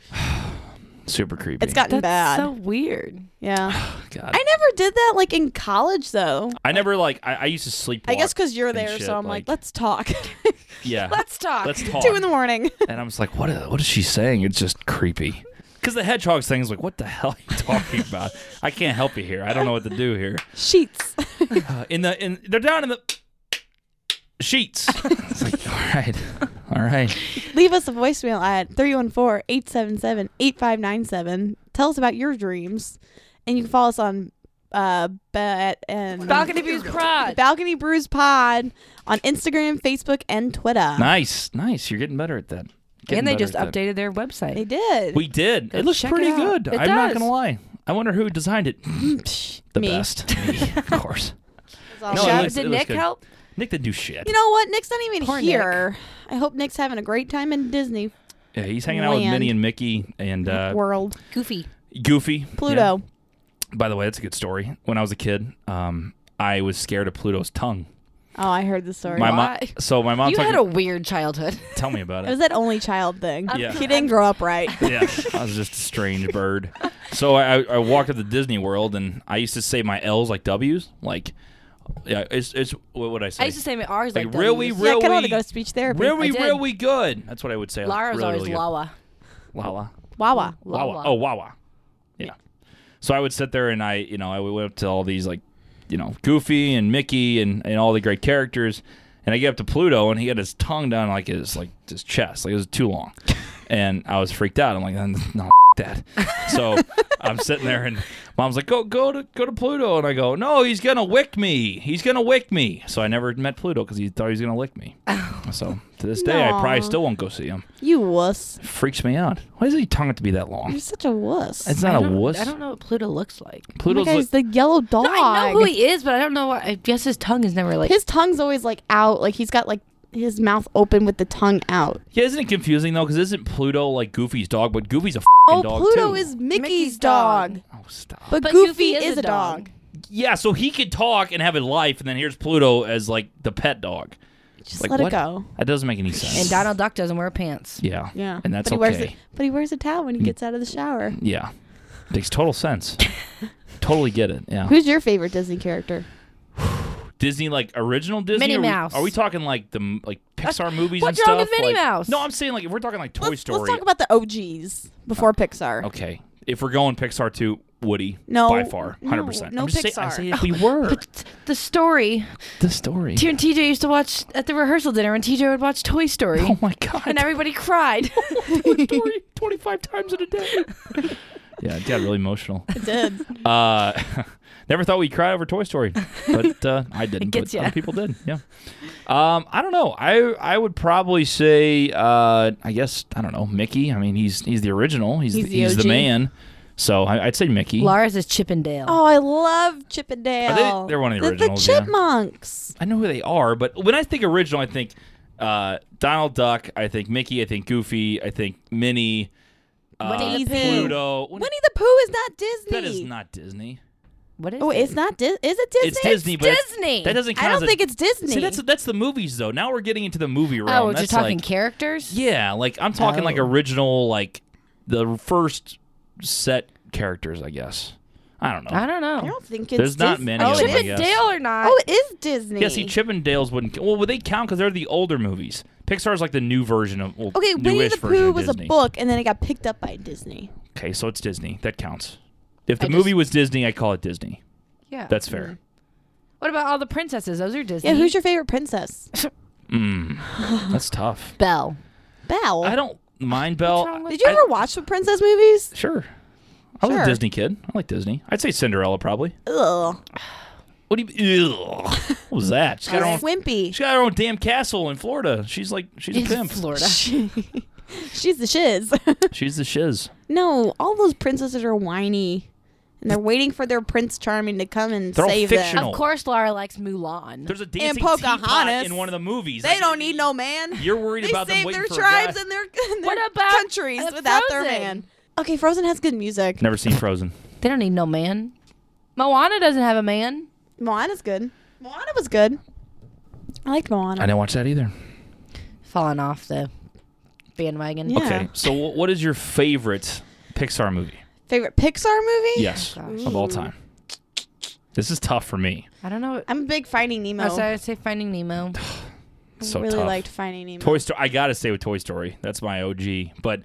S2: Super creepy.
S1: It's gotten bad.
S3: That's so weird.
S1: yeah.
S2: God.
S1: I never did that like in college though.
S2: I never like. I, I used to sleep.
S1: I guess because you're
S2: and
S1: there,
S2: shit,
S1: so I'm like,
S2: like-
S1: let's talk.
S2: yeah.
S3: Let's talk.
S2: Let's talk.
S1: Two in the morning.
S2: and I'm just like, "What? Is, what is she saying?" It's just creepy. Because the hedgehogs thing is like, "What the hell are you talking about?" I can't help you here. I don't know what to do here.
S1: Sheets.
S2: Uh, in the in they're down in the sheets. it's like, all right, all right.
S1: Leave us a voicemail at 314-877-8597. Tell us about your dreams, and you can follow us on uh bet and
S3: Balcony Views Prod.
S1: Balcony Brews Pod on Instagram, Facebook, and Twitter.
S2: Nice, nice. You're getting better at that. Getting
S3: And they
S2: better
S3: just
S2: at that.
S3: updated their website.
S1: They did.
S2: We did.
S3: Go
S2: it looks
S3: check
S2: pretty
S3: it out.
S2: good.
S3: It
S2: I'm not
S3: does.
S2: gonna lie. I wonder who designed it.
S1: Hmm. Psh,
S2: The
S1: me.
S2: best, Me, of course.
S1: That's all
S2: No,
S1: I got.
S2: it
S3: Shout-
S2: looks-
S3: did
S2: it looks
S3: Nick
S2: good.
S3: help?
S2: Nick didn't do shit.
S1: You know what? Nick's not even
S3: Poor Nick.
S1: here. I hope Nick's having a great time in Disney
S2: yeah, he's hanging out with
S1: Land.
S2: Minnie and Mickey and uh,
S1: World.
S3: Goofy.
S2: Goofy.
S1: Pluto.
S2: Yeah. By the way, that's a good story. When I was a kid, um, I was scared of Pluto's tongue.
S1: Oh, I heard this story.
S2: My mom.
S3: Why?
S2: So my mom.
S3: you
S2: took
S3: had
S2: me-
S3: a weird childhood.
S2: tell me about
S1: it
S2: it.
S1: was that only child thing.
S2: Yeah.
S1: He didn't grow up right.
S2: yeah, I was just a strange bird. So I, I- I walked up to Disney World and I used to say my L's like W's. Like, yeah, it's it's what would I say?
S3: I used to say my R's
S2: like,
S3: like,
S2: really,
S3: W's.
S1: yeah, I kind of want
S2: really,
S1: to go to speech therapy.
S2: really,
S3: I did.
S2: really good. That's what I would say.
S3: Lara's
S2: really,
S3: always
S2: really good.
S3: Wawa.
S2: Wawa,
S1: Wawa.
S2: Wawa. Oh, Wawa. Yeah. So I would sit there and I, you know, I went up to all these like, you know, Goofy and Mickey and and all the great characters, and I get up to Pluto and he had his tongue down like his like his chest, like it was too long, and I was freaked out. I'm like, no. That. So I'm sitting there and mom's like, go go to go to Pluto, and I go, no, he's gonna wick me. He's gonna wick me. So I never met Pluto because he thought he was gonna lick me. So to this day, I
S1: Aw.
S2: probably still won't go see him.
S1: You wuss.
S2: Freaks me out. Why does he tongue have to be that long?
S1: You're such a wuss.
S2: It's
S3: I
S2: not a
S3: don't-
S2: wuss.
S3: I don't know what Pluto looks like.
S1: oh my
S2: Pluto's
S1: God, he's
S2: like,
S1: the yellow dog.
S3: No, I know who he is, but I don't know what. I guess his tongue is never like.
S1: His tongue's always like out. Like he's got like his mouth open with the tongue out.
S2: yeah, isn't it confusing though? Because isn't Pluto like Goofy's dog? But Goofy's a f
S1: Oh,
S2: dog
S1: Pluto
S2: too.
S1: is Mickey's,
S3: Mickey's
S1: dog.
S3: dog.
S2: Oh, stop.
S1: But,
S3: But
S1: Goofy,
S3: Goofy
S1: is, a dog.
S2: yeah, so he could talk and have a life, and then here's Pluto as like the pet dog.
S1: Just
S2: Like,
S1: let
S2: what?
S1: it go.
S2: That doesn't make any sense.
S3: and Donald Duck doesn't wear pants.
S2: Yeah.
S1: Yeah.
S2: And that's
S1: but he
S2: okay. Mm.
S1: Wears a, but he wears a towel when he gets out of the shower.
S2: Yeah. Makes total sense. totally get it. Yeah.
S1: Who's your favorite Disney character?
S2: Disney like original Disney.
S3: Minnie
S2: Are we-
S3: Mouse.
S2: Are we, talking like the m- like Pixar movies
S3: what's
S2: and
S3: wrong
S2: stuff?
S3: with Minnie
S2: Like-
S3: Mouse?
S2: No, I'm saying like if we're talking like Toy
S1: let's,
S2: Story.
S1: Let's talk about the OGs before Pixar.
S2: okay. If we're going Pixar two, Woody.
S1: No,
S2: By far,
S1: no,
S2: hundred percent.
S1: no
S2: I'm just saying- I'm
S1: Pixar.
S2: saying if we were
S3: Oh, But the story,
S2: the story.
S3: T and TJ used to watch at the rehearsal dinner, and TJ would watch Toy Story,
S2: Oh my god! Oh,
S3: and everybody cried.
S2: story twenty-five times in a day. yeah, it got really emotional.
S1: It did.
S2: Uh, never thought we'd cry over Toy Story, but uh, I didn't.
S3: It gets
S2: but
S3: ya.
S2: other people did. Yeah. Um, I don't know. I I would probably say uh, I guess I don't know Mickey. I mean he's he's the original. He's
S1: He's
S2: the,
S1: the
S2: he's the
S1: OG.
S2: man. So I, I'd say Mickey.
S3: Lara's is Chippendale.
S1: Oh, I love Chippendale.
S2: Are they- they're one of the originals,
S1: The
S2: yeah.
S1: chipmunks.
S2: I know who they are, but when I think original, I think uh, Donald Duck. I think Mickey. I think Goofy. I think Minnie. Uh,
S1: Winnie the Pooh.
S2: Pluto. Winnie-
S1: Winnie the Pooh is not Disney.
S2: that is not Disney.
S3: What is
S1: Oh,
S3: it?
S1: it's not Disney. Is it Disney?
S2: It's Disney, but it's-
S3: Disney.
S2: that doesn't
S1: I
S2: count.
S1: don't
S2: as
S1: think
S2: a,
S1: it's Disney.
S2: See, that's that's the movies though. Now we're getting into the movie realm.
S3: Oh,
S2: that's
S3: you're talking
S2: like,
S3: characters.
S1: Oh.
S2: yeah, like I'm talking like
S3: Oh.
S2: original, like the first set characters, I guess. I don't know.
S3: I don't know.
S1: I don't think it's
S2: There's not
S1: Dis-
S2: many
S1: Oh,
S2: of
S1: it
S2: them, I
S1: is-
S2: guess.
S3: Chippendale or not?
S1: Oh, it is Disney.
S2: Yeah, see, Chippendales wouldn't. Well, would they count because they're the older movies? Pixar's like the new version of. Well,
S1: Okay, Winnie
S2: newish
S1: the
S2: version
S1: Pooh
S2: of
S1: was
S2: Disney.
S1: a book, and then it got picked up by Disney.
S2: Okay, so it's Disney. That counts. If the
S1: I
S2: movie
S1: just- Mm.
S2: was Disney, I call it Disney.
S3: yeah.
S2: That's fair.
S3: what about all the princesses? Those are Disney.
S1: Yeah, who's your favorite princess?
S2: Mm. That's tough.
S3: Belle?
S1: Belle.
S2: I don't mind Belle.
S3: wrong with-
S1: Did you
S2: I-
S1: ever watch the princess movies?
S2: Sure. I was a
S1: Sure.
S2: Disney kid. I like Disney. I'd say Cinderella probably.
S1: Ugh.
S2: What do you? Ugh. What was that? She's got her own.
S1: Wimpy.
S2: She's got her own damn castle in Florida. She's like she's a
S3: In
S2: pimp.
S3: Florida.
S1: She's the shiz.
S2: She's the shiz.
S1: no, all those princesses are whiny, and they're waiting for their prince charming to come and
S2: They're all
S1: save
S2: fictional.
S1: them.
S3: Of course, Laura likes Mulan.
S2: There's a dancing teapot
S1: Pocahontas.
S2: in one of the movies.
S1: They
S2: Like,
S1: don't need no man.
S2: You're worried
S1: they
S2: about them
S1: save
S2: waiting
S1: their
S2: for a guy-
S1: tribes and their, and
S3: What
S1: their
S3: about,
S1: countries
S3: uh,
S1: without their
S3: Frozen?
S1: man. Okay, Frozen has good music.
S2: Never seen Frozen.
S3: they don't need no man. Moana doesn't have a man.
S1: Moana's good. Moana was good. I liked Moana.
S2: I didn't watch that either.
S3: Falling off the bandwagon.
S1: Yeah.
S2: Okay, so wh- what is your favorite Pixar movie?
S1: Favorite Pixar movie?
S2: Yes,
S3: Oh, gosh.
S2: of all time. This is tough for me.
S3: I don't know. Oh,
S1: I'm a big Finding Nemo.
S3: I was- I'd say Finding Nemo.
S1: I
S2: So
S1: really
S2: tough.
S1: liked Finding Nemo.
S2: Toy Story. I gotta stay with Toy Story. That's my OG. But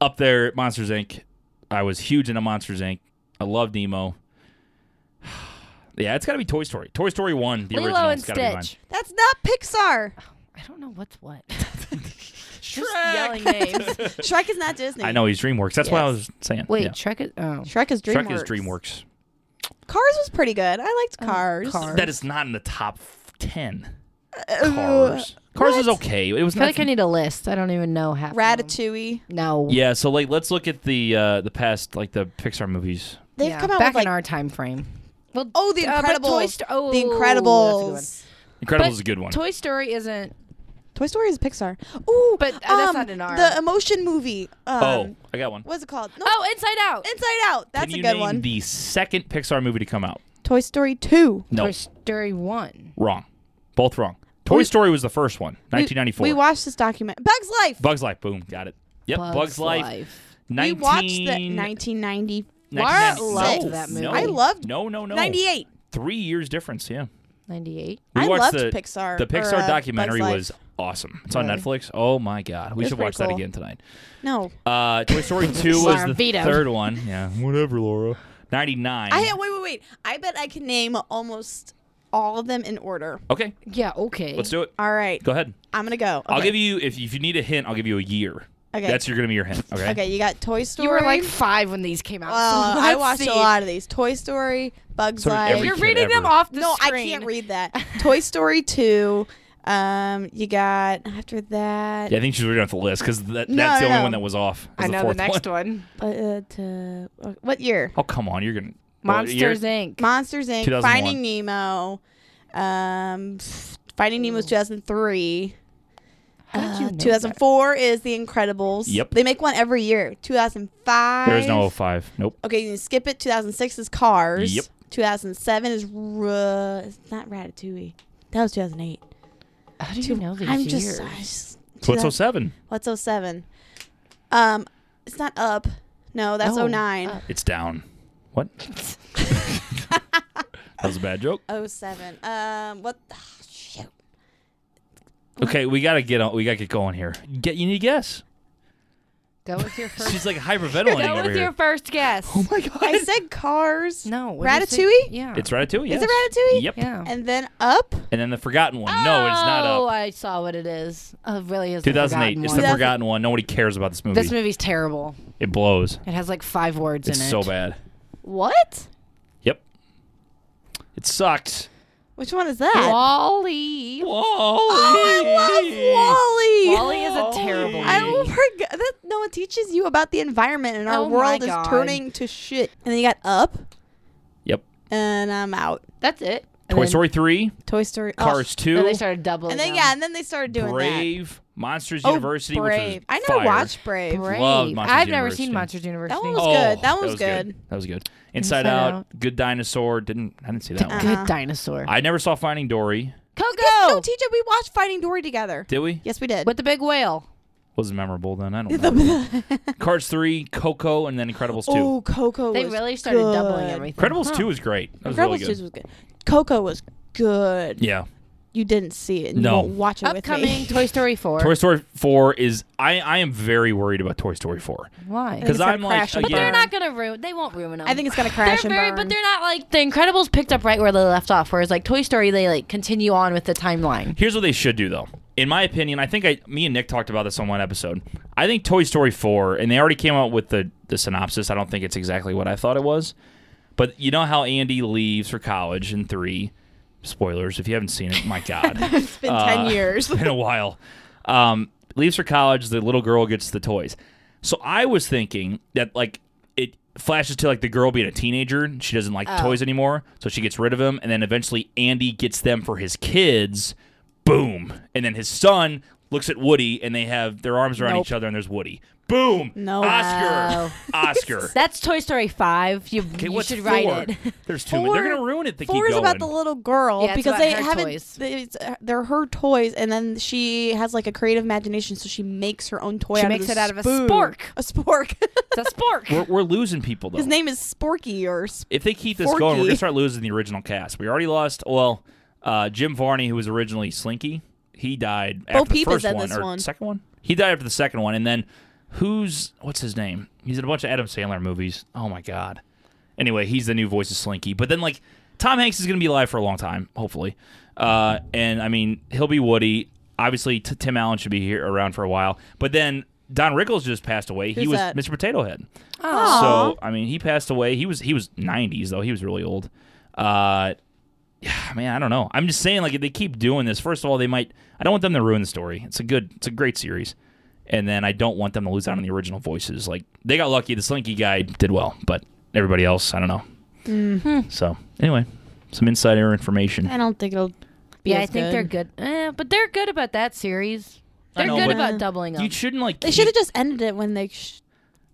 S2: up there, Monsters Inc. I was huge into Monsters Inc. I love Nemo. Yeah, it's gotta be Toy Story. Toy Story One, the
S3: Lilo
S2: original.
S3: and
S2: It's gotta be mine.
S3: Stitch.
S1: That's not Pixar.
S3: I don't know what's what. Just yelling
S2: Shrek.
S3: names.
S1: Shrek is not Disney.
S2: I know he's DreamWorks. That's what I
S3: Yes.
S2: was saying.
S3: Wait,
S2: yeah.
S3: Shrek is. Oh.
S1: Shrek is DreamWorks.
S2: Shrek is DreamWorks.
S1: Cars was pretty good. I liked Cars.
S3: Uh, Cars.
S2: That is not in the top ten.
S1: Ooh.
S2: Cars. Cars is
S1: what?
S2: okay. It was
S3: I feel
S2: not.
S3: like I need a list. I don't even know half. of them.
S1: Ratatouille.
S3: No.
S2: yeah. So like, let's look at the uh the past, like the Pixar movies.
S1: They've
S3: Yeah,
S1: come out
S3: back
S1: with like
S3: in our time frame. Well,
S1: oh the
S3: uh, but
S1: Incredibles.
S3: Toy Sto- oh,
S1: the
S3: that's a good
S1: Incredibles.
S3: one.
S2: Incredibles
S3: But
S2: is a good one.
S3: Toy Story isn't.
S1: Toy Story is Pixar. Ooh,
S3: But, uh, that's
S1: um,
S3: not in our-
S1: the emotion movie. Um,
S2: oh, I got one.
S1: what's it called? No,
S3: Oh, Inside Out.
S1: Inside Out. That's
S2: Can you
S1: a good
S2: name
S1: one.
S2: The second Pixar movie to come out.
S1: Toy Story Two.
S2: No,
S3: Toy Story One.
S2: wrong. Both wrong. Toy
S1: We-
S2: Story was the first one,
S1: We-
S2: 1994.
S1: We, watched this document. Bugs Life.
S2: Bugs Life. Boom. Got it. Yep. Bugs, Life.
S1: we
S2: 19...
S1: watched the 1990. Laura
S2: 1996.
S1: loved
S2: No,
S3: that
S2: no,
S3: movie.
S1: I loved
S2: No, no, no.
S1: 98.
S2: Three years difference. Yeah.
S3: Ninety-eight.
S2: We
S1: I
S2: watched
S1: loved
S2: the,
S1: Pixar,
S2: The
S1: or,
S2: Pixar
S1: uh, Bugs
S2: documentary
S1: Life.
S2: was awesome. It's on
S3: Really?
S2: Netflix. Oh my god, we
S1: It's
S2: should
S1: pretty
S2: watch that
S1: cool.
S2: again tonight.
S1: No,
S2: Uh, Toy Story 2 was
S3: Laura
S2: the
S3: vetoed.
S2: third one. Yeah. Whatever, Laura. 99.
S1: I wait, wait, wait. I bet I can name almost all of them in order.
S2: okay,
S3: Yeah. Okay.
S2: let's do it.
S1: All right,
S2: Go ahead.
S1: I'm gonna go.
S2: I'll give you if, if you need a hint, I'll give you a year.
S1: Okay.
S2: That's your gonna be your hint. Okay.
S1: Okay, you got Toy Story.
S3: You were like five when these came out.
S1: Well,
S3: so
S1: I
S3: let's
S1: watched
S3: see.
S1: a lot of these. Toy Story, Bugs
S2: So did
S1: Life.
S2: every
S3: You're
S2: kid
S3: reading them
S2: ever.
S3: off the
S1: no,
S3: screen.
S1: I can't read that. Toy Story two. Um, you got after that.
S2: Yeah, I think she's reading off the list because that,
S1: No,
S2: that's
S1: no,
S2: the only
S1: no.
S2: one that was off. was
S3: I know the
S2: fourth
S3: next
S2: one.
S3: one.
S1: But, uh, what year?
S2: Oh come on, you're gonna well, you're-
S3: Monsters Inc.
S1: Monsters Inc.
S2: 2001.
S1: Finding Nemo. Um, Finding Nemo was 2003.
S3: How did you
S1: Uh,
S3: know
S1: 2004 is The Incredibles.
S2: Yep.
S1: They make one every year. 2005.
S2: There is no 05. Nope.
S1: Okay, you can skip it. 2006 is Cars.
S2: Yep.
S1: 2007 is Ra- it's not Ratatouille. That was 2008.
S3: that? How do you know these
S1: I'm
S3: years?
S1: just, I just-
S2: So what's
S1: 2000
S2: 07?
S1: what's 07? Um, it's not Up. No, that's
S3: No, Uh,
S1: 09.
S3: Oh, Up.
S2: It's down. What? that was a bad joke.
S1: 07. Um, what? ah, shoot.
S2: Okay, we gotta get on. We gotta get going here. Get you need to guess.
S3: Go with your first.
S2: She's like hyperventilating
S3: Go
S2: over
S3: with
S2: here.
S3: your first guess.
S2: oh my god!
S1: I said Cars.
S3: no. what do you
S1: Ratatouille?
S3: say? Yeah.
S2: it's Ratatouille. Yes.
S1: Is it Ratatouille?
S2: Yep.
S3: Yeah.
S1: And then Up.
S2: And then the forgotten one. no, it's not
S3: Oh,
S2: up.
S3: I saw what it is. Oh, it really is. the
S2: 2008.
S3: forgotten
S2: It's
S3: one.
S2: the forgotten one. Nobody cares about this movie.
S3: This movie's terrible.
S2: it blows.
S3: It has like five words
S2: It's
S3: in it.
S2: so bad.
S1: What?
S2: Yep. It sucks.
S1: Which one is that?
S3: Wally.
S2: Whoa!
S1: Oh, I love Wally.
S3: Wally is a terrible
S1: I
S3: movie.
S1: forgot that no one teaches you about the environment and our
S3: Oh my
S1: world is
S3: God.
S1: turning to shit. And then you got Up
S2: Yep.
S1: and I'm out.
S3: That's it. And
S2: Toy
S3: then-
S2: Story 3,
S1: Toy Story. oh,
S2: Cars 2,
S3: Then they started doubling.
S1: and then
S3: them.
S1: yeah, and then they started doing
S2: Brave, Monsters
S1: that. Oh,
S2: University,
S1: Brave.
S2: which was
S1: I never
S2: fire.
S1: watched Brave.
S3: Brave.
S2: Loved Monsters
S3: I've never
S2: University.
S3: seen Monsters University.
S1: That one was
S2: Oh,
S1: good. That one was good.
S2: That was good. Inside,
S3: Inside
S2: Out,
S3: Out.
S2: Good Dinosaur. Didn't I didn't see that one.
S1: Uh-uh.
S4: Uh-huh.
S3: good dinosaur.
S2: I never saw Finding Dory.
S1: Yes,
S3: Coco
S1: no, TJ, we watched Finding Dory together.
S2: Did we?
S1: Yes, we did.
S3: with the big whale.
S2: was memorable then. I don't know.
S1: The-
S2: Cars 3, Coco, and then Incredibles 2.
S1: oh, Coco.
S3: They
S1: was
S3: really started
S1: good.
S3: doubling everything.
S2: Incredibles 2 was great. That was really
S1: Incredibles
S2: good.
S1: 2 was good. Coco was good.
S2: yeah.
S1: You didn't see it. And
S2: No.
S1: You won't watch it
S3: Upcoming
S1: with me.
S3: Toy Story 4.
S2: Toy Story 4 is I I am very worried about Toy Story 4.
S3: Why?
S1: It's
S2: Cuz
S1: gonna
S2: I'm like
S1: crash and
S2: again,
S1: burn.
S4: But they're not gonna ruin. They won't ruin them.
S1: I think it's gonna crash
S4: they're
S1: and
S4: very,
S1: burn.
S4: but they're not like the Incredibles picked up right where they left off. Whereas like Toy Story, they like continue on with the timeline.
S2: Here's what they should do, though. In my opinion, I think I, me and Nick talked about this on one episode. I think Toy Story 4, and they already came out with the, the synopsis. I don't think it's exactly what I thought it was. But you know how Andy leaves for college in three. Spoilers, if you haven't seen it, my God.
S1: it's been 10
S2: Uh,
S1: years.
S2: It's been a while. Um, leaves for college. The little girl gets the toys. So I was thinking that like it flashes to like the girl being a teenager. and She doesn't like
S1: Oh.
S2: toys anymore, so she gets rid of them, and then eventually Andy gets them for his kids. Boom, and then his son looks at Woody, and they have their arms around
S1: Nope.
S2: each other, and there's Woody. Boom.
S1: No.
S2: Oscar. Oscar.
S4: That's Toy Story five. You,
S2: Okay,
S4: you
S2: what's
S4: should write
S2: four?
S4: it.
S2: There's two. Four, they're
S1: Four-
S2: gonna ruin it. They keep
S1: Four is
S2: going.
S1: about the little girl
S3: Yeah, it's
S1: because
S3: about
S1: they
S3: her
S1: haven't.
S3: toys.
S1: they- it's, uh, they're her toys, and then she has like a creative imagination, so she makes her own toy.
S3: She
S1: out
S3: makes
S1: of
S3: it
S1: the
S3: out of a
S1: spoon.
S3: spork.
S1: A spork.
S3: It's a spork.
S2: we're, we're losing people though.
S1: His name is Sporky or Sp-
S2: if they keep this
S1: Forky.
S2: going, we're gonna start losing the original cast. We already lost well, uh, Jim Varney, who was originally Slinky, he died after the
S1: Peep is
S2: first
S1: in
S2: one
S1: this
S2: or
S1: one.
S2: second one. He died after the second one, and then who's what's his name? He's in a bunch of Adam Sandler movies. Oh my god. Anyway, he's the new voice of Slinky. But then like Tom Hanks is gonna be alive for a long time, hopefully. Uh, and I mean he'll be Woody. Obviously, t- Tim Allen should be here around for a while. But then Don Rickles just passed away. he
S1: Who's
S2: was
S1: that?
S2: Mr. Potato Head.
S1: Aw.
S2: So I mean, he passed away. He was he was 90s though. He was really old. Uh, yeah, man, I don't know. I'm just saying, like, if they keep doing this, first of all, they might. I don't want them to ruin the story. It's a good, it's a great series, and then I don't want them to lose out on the original voices. Like, they got lucky. The Slinky guy did well, but everybody else, I don't know.
S3: Mm-hmm.
S4: Hmm.
S2: So anyway, some insider information.
S1: I don't think it'll. Be
S4: Yeah, I
S1: as
S4: think
S1: good.
S4: they're good. Eh, but they're good about that series.
S2: I
S4: They're
S2: know,
S4: good
S2: but
S4: about doubling up.
S2: You shouldn't like.
S1: They should have just ended it when they. Sh-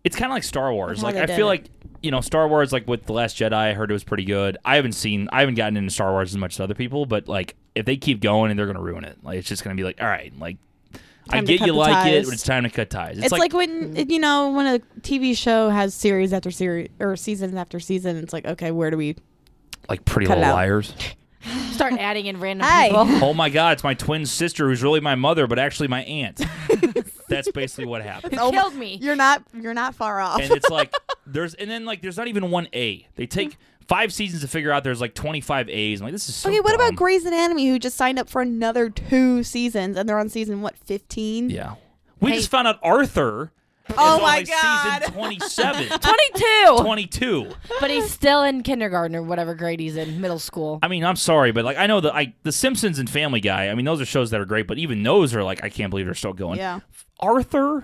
S2: it's kind of like Star Wars.
S1: how
S2: Like
S1: they
S2: I
S1: did
S2: feel
S1: it.
S2: like you know Star Wars. Like with the Last Jedi, I heard it was pretty good. I haven't seen, I haven't gotten into Star Wars as much as other people, but like if they keep going and they're gonna ruin it, like it's just gonna be like, all right, like I
S1: Time to
S2: get
S1: cut
S2: you
S1: the
S2: like it,
S1: ties.
S2: but it's time to cut ties. It's,
S1: it's like, when you know when a TV show has series after series or seasons after season. It's like okay, where do we?
S2: like Pretty
S1: cut it
S2: Little
S1: out.
S2: Liars.
S4: start adding in random
S1: Hey.
S4: people.
S2: oh my God, it's my twin sister who's really my mother, but actually my aunt. That's basically what happened.
S4: Who
S1: Oh my-
S4: killed me?
S1: You're not. You're not far off.
S2: and it's like there's and then like there's not even one A. They take five seasons to figure out there's like 25 A's. I'm like this is so
S1: okay, what about
S2: dumb.
S1: Grey's Anatomy, who just signed up for another two seasons, and they're on season what fifteen?
S2: Yeah. We
S4: Hey.
S2: just found out Arthur.
S1: Oh
S2: is on,
S1: my
S2: like,
S1: God.
S2: Season 27,
S4: 22.
S2: 22.
S4: but he's still in kindergarten or whatever grade he's in, middle school.
S2: I mean, I'm sorry, but like I know the I the Simpsons and Family Guy. I mean, those are shows that are great, but even those are like I can't believe they're still going.
S1: Yeah.
S2: Arthur.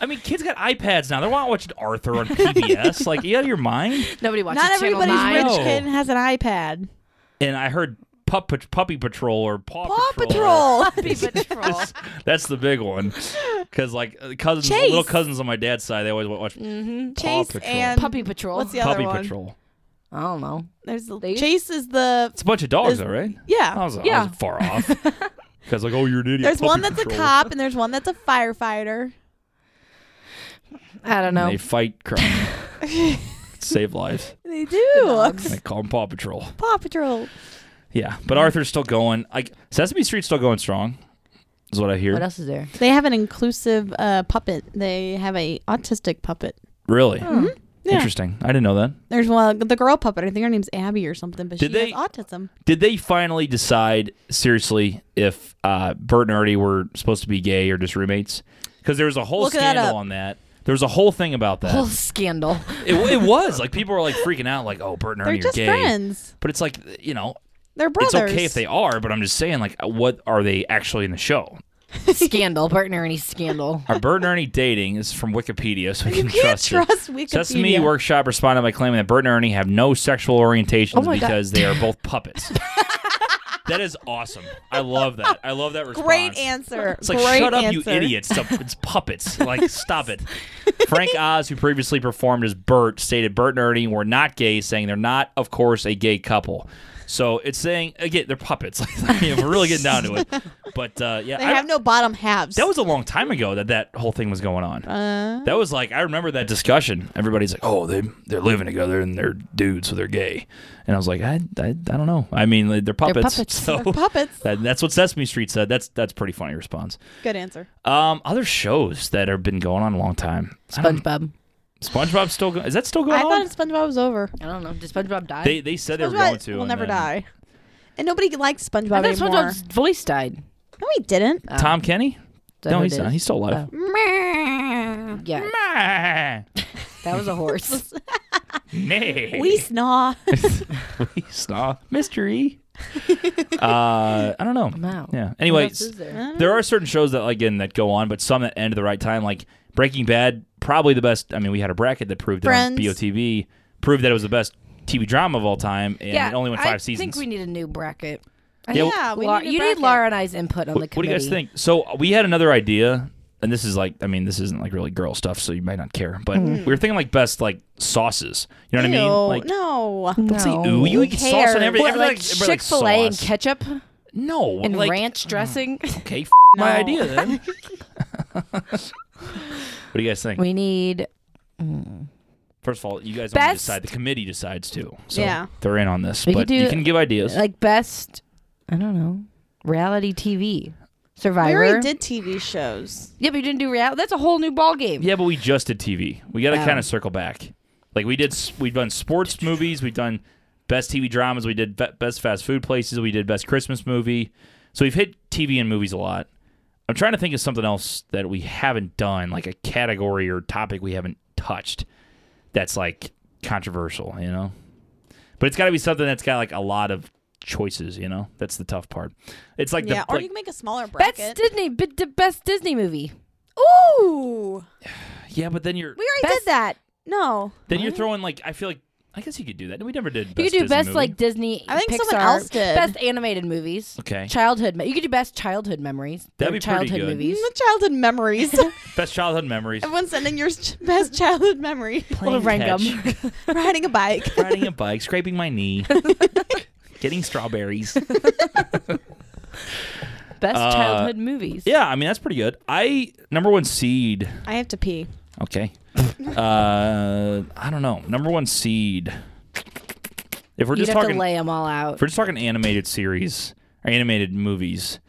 S2: I mean, kids got iPads now. They're not watching Arthur on PBS. like, you out of your mind?
S4: Nobody watches
S1: Not
S4: Channel
S1: everybody's
S4: 9.
S1: rich
S2: No.
S1: kid has an iPad.
S2: And I heard Pup Pat- Puppy Patrol or Paw,
S1: Paw
S2: Patrol.
S1: Patrol.
S4: Patrol.
S2: That's the big one, because like uh, cousins,
S1: Chase.
S2: little cousins on my dad's side, they always wa- watch Paw
S1: Chase
S2: Patrol.
S1: and
S4: Mm-hmm. Puppy Patrol.
S1: What's the
S2: Puppy
S1: other one?
S2: Patrol.
S4: I don't know.
S1: There's the,
S4: They-
S1: Chase is the
S2: It's a bunch of dogs,
S1: Is-
S2: though, right?
S1: yeah.
S2: I was, I was
S4: Yeah.
S2: far off. Because like, oh, you're an idiot.
S1: There's
S2: puppy
S1: one that's a
S2: patrol.
S1: cop and there's one that's a firefighter.
S4: I don't
S2: And
S4: know.
S2: They fight crime, save lives.
S1: They
S2: And
S1: do.
S2: they call them Paw Patrol.
S1: Paw Patrol.
S2: Yeah, but Arthur's still going. Like Sesame Street's still going strong, is what I
S4: What
S2: hear.
S4: else is there?
S1: They have an inclusive uh, puppet. They have a autistic puppet.
S2: Really
S1: Yeah.
S2: interesting. I didn't know that.
S1: There's one the girl puppet. I think her name's Abby or something, but she
S2: Did they-
S1: has autism.
S2: Did they finally decide seriously if uh, Bert and Ernie were supposed to be gay or just roommates? Because there was a whole
S1: Look that
S2: scandal
S1: up.
S2: on that. There was a whole thing about that.
S4: Whole scandal.
S2: it, it was like people were like freaking out, like, "Oh, Bert and
S1: They're
S2: Ernie
S1: just
S2: are gay."
S1: friends.
S2: But it's like you know,
S1: They're brothers.
S2: It's okay if they are, but I'm just saying, like, what are they actually in the show?
S4: scandal. Bert and Ernie scandal.
S2: Are Bert and Ernie dating? This is from Wikipedia, so we
S1: You
S2: can
S1: can't
S2: trust, it.
S1: trust Wikipedia.
S2: Sesame Workshop responded by claiming that Bert and Ernie have no sexual
S1: Oh
S2: orientations
S4: my God.
S2: because they are both puppets. that is awesome. I love that. I love that response.
S1: Great answer.
S2: It's like,
S1: Great
S2: shut up,
S1: answer.
S2: you idiots. It's a- It's puppets. Like, stop it. Frank Oz, who previously performed as Bert, stated Bert and Ernie were not gay, saying they're not, of course, a gay couple. So it's saying again, they're puppets. I mean, if we're really getting down to it, but uh, yeah,
S1: They
S2: I-
S1: have no bottom halves.
S2: that was a long time ago that that whole thing was going on.
S1: Uh,
S2: That was like I remember that discussion. Everybody's like, "Oh, they they're living together and they're dudes, so they're gay." And I was like, "I I, I don't know. I mean, like, they're puppets.
S3: puppets.
S2: So
S1: puppets.
S2: that, that's what Sesame Street said. That's that's pretty funny response.
S1: Good answer.
S2: Um, other shows that have been going on a long time. I don't-
S3: SpongeBob.
S2: SpongeBob's still going. Is that still going
S1: I
S2: on?
S1: thought SpongeBob was over.
S3: I don't know. Did SpongeBob die?
S2: they they said they were going
S1: SpongeBob
S2: to.
S1: will
S2: and
S1: never
S2: then-
S1: die. And nobody likes
S3: I
S1: SpongeBob
S3: thought
S1: anymore.
S3: SpongeBob's voice died.
S1: No, he didn't.
S3: Oh,
S2: Tom Kenny?
S3: is that
S2: no,
S3: who it
S2: he's
S3: is?
S2: not. He's still alive.
S1: we
S3: Yeah, that was a horse.
S2: Nay.
S1: snaw.
S2: we saw mystery. uh, I don't know.
S3: Wow.
S2: Yeah.
S3: What
S2: Anyway,
S3: else is there?
S2: there are certain shows that like, again that go on, but some that end at the right time. Like Breaking Bad, probably the best. I mean, we had a bracket that proved
S1: Friends.
S2: it on BOTV proved that it was the best TV drama of all time, and it only went five
S3: I
S2: seasons.
S3: think we need a new bracket.
S2: Yeah,
S1: yeah, we
S3: Lau-
S1: need a
S3: you need
S1: bracket.
S3: Laura and I's input on the
S2: what,
S3: committee.
S2: what do you guys think? So uh, we had another idea, and this is like, I mean, this isn't like really girl stuff, so you might not care, but we were thinking like best like sauces. You know what I mean?
S1: Ew,
S2: Like,
S1: no.
S2: don't say ooh. You
S1: Who
S2: eat sauce on
S1: cares?
S2: everything.
S1: What,
S2: everything
S3: like
S2: everybody
S3: Chick
S2: likes
S3: Fil A and
S2: sauce.
S3: ketchup
S2: No,
S3: and
S2: like,
S3: ranch dressing.
S2: Okay, f- my idea then. what do you guys think?
S3: we need
S2: First of all, you guys don't
S3: Best-
S2: decide. The committee decides too. So
S1: Yeah.
S2: they're in on this.
S3: We could
S2: but you
S3: do-
S2: can give ideas.
S3: like best. I don't know reality TV.
S1: We
S3: Survivor.
S1: already did TV shows.
S3: Yeah, but you didn't do reality. That's a whole new ball game.
S2: yeah, but we just did TV. We got to
S3: Oh.
S2: kind of circle back. Like we did, s- we've done sports movies. We've done best TV dramas. We did be- best fast food places. We did best Christmas movie. So we've hit TV and movies a lot. I'm trying to think of something else that we haven't done, like a category or topic we haven't touched. That's like controversial, you know. But it's got to be something that's got like a lot of choices, you know. That's the tough part. It's like
S1: yeah,
S2: the
S1: or
S2: like-
S1: you can make a smaller
S3: Best
S1: bracket.
S3: Disney. B- d- best Disney movie.
S1: Ooh,
S2: yeah, but then you're
S1: we already
S3: Best-
S1: did that. No,
S2: Then you're throwing like I feel like I guess you could do that. We never did. Best
S3: You could do
S2: Disney
S3: best
S2: movie.
S3: like Disney.
S1: I think
S3: Pixar,
S1: someone else did.
S3: Best animated movies.
S2: Okay.
S3: Childhood. Me- you could do best childhood memories.
S2: That'd
S3: or
S2: be pretty
S3: childhood
S2: good.
S3: movies.
S1: Mm, childhood memories.
S2: best childhood memories.
S1: Everyone's sending your ch- best childhood memory:
S2: Playing
S3: rank
S2: catch,
S3: 'em.
S1: riding a bike.
S2: riding a bike, scraping my knee, getting strawberries.
S3: Best
S2: Uh,
S3: childhood movies.
S2: Yeah, I mean that's pretty good. I number one seed.
S1: I have to pee.
S2: Okay. Uh, I don't know. Number one seed. If we're
S3: You'd
S2: just
S3: have
S2: talking,
S3: to lay them all out.
S2: if we're just talking animated series or animated movies.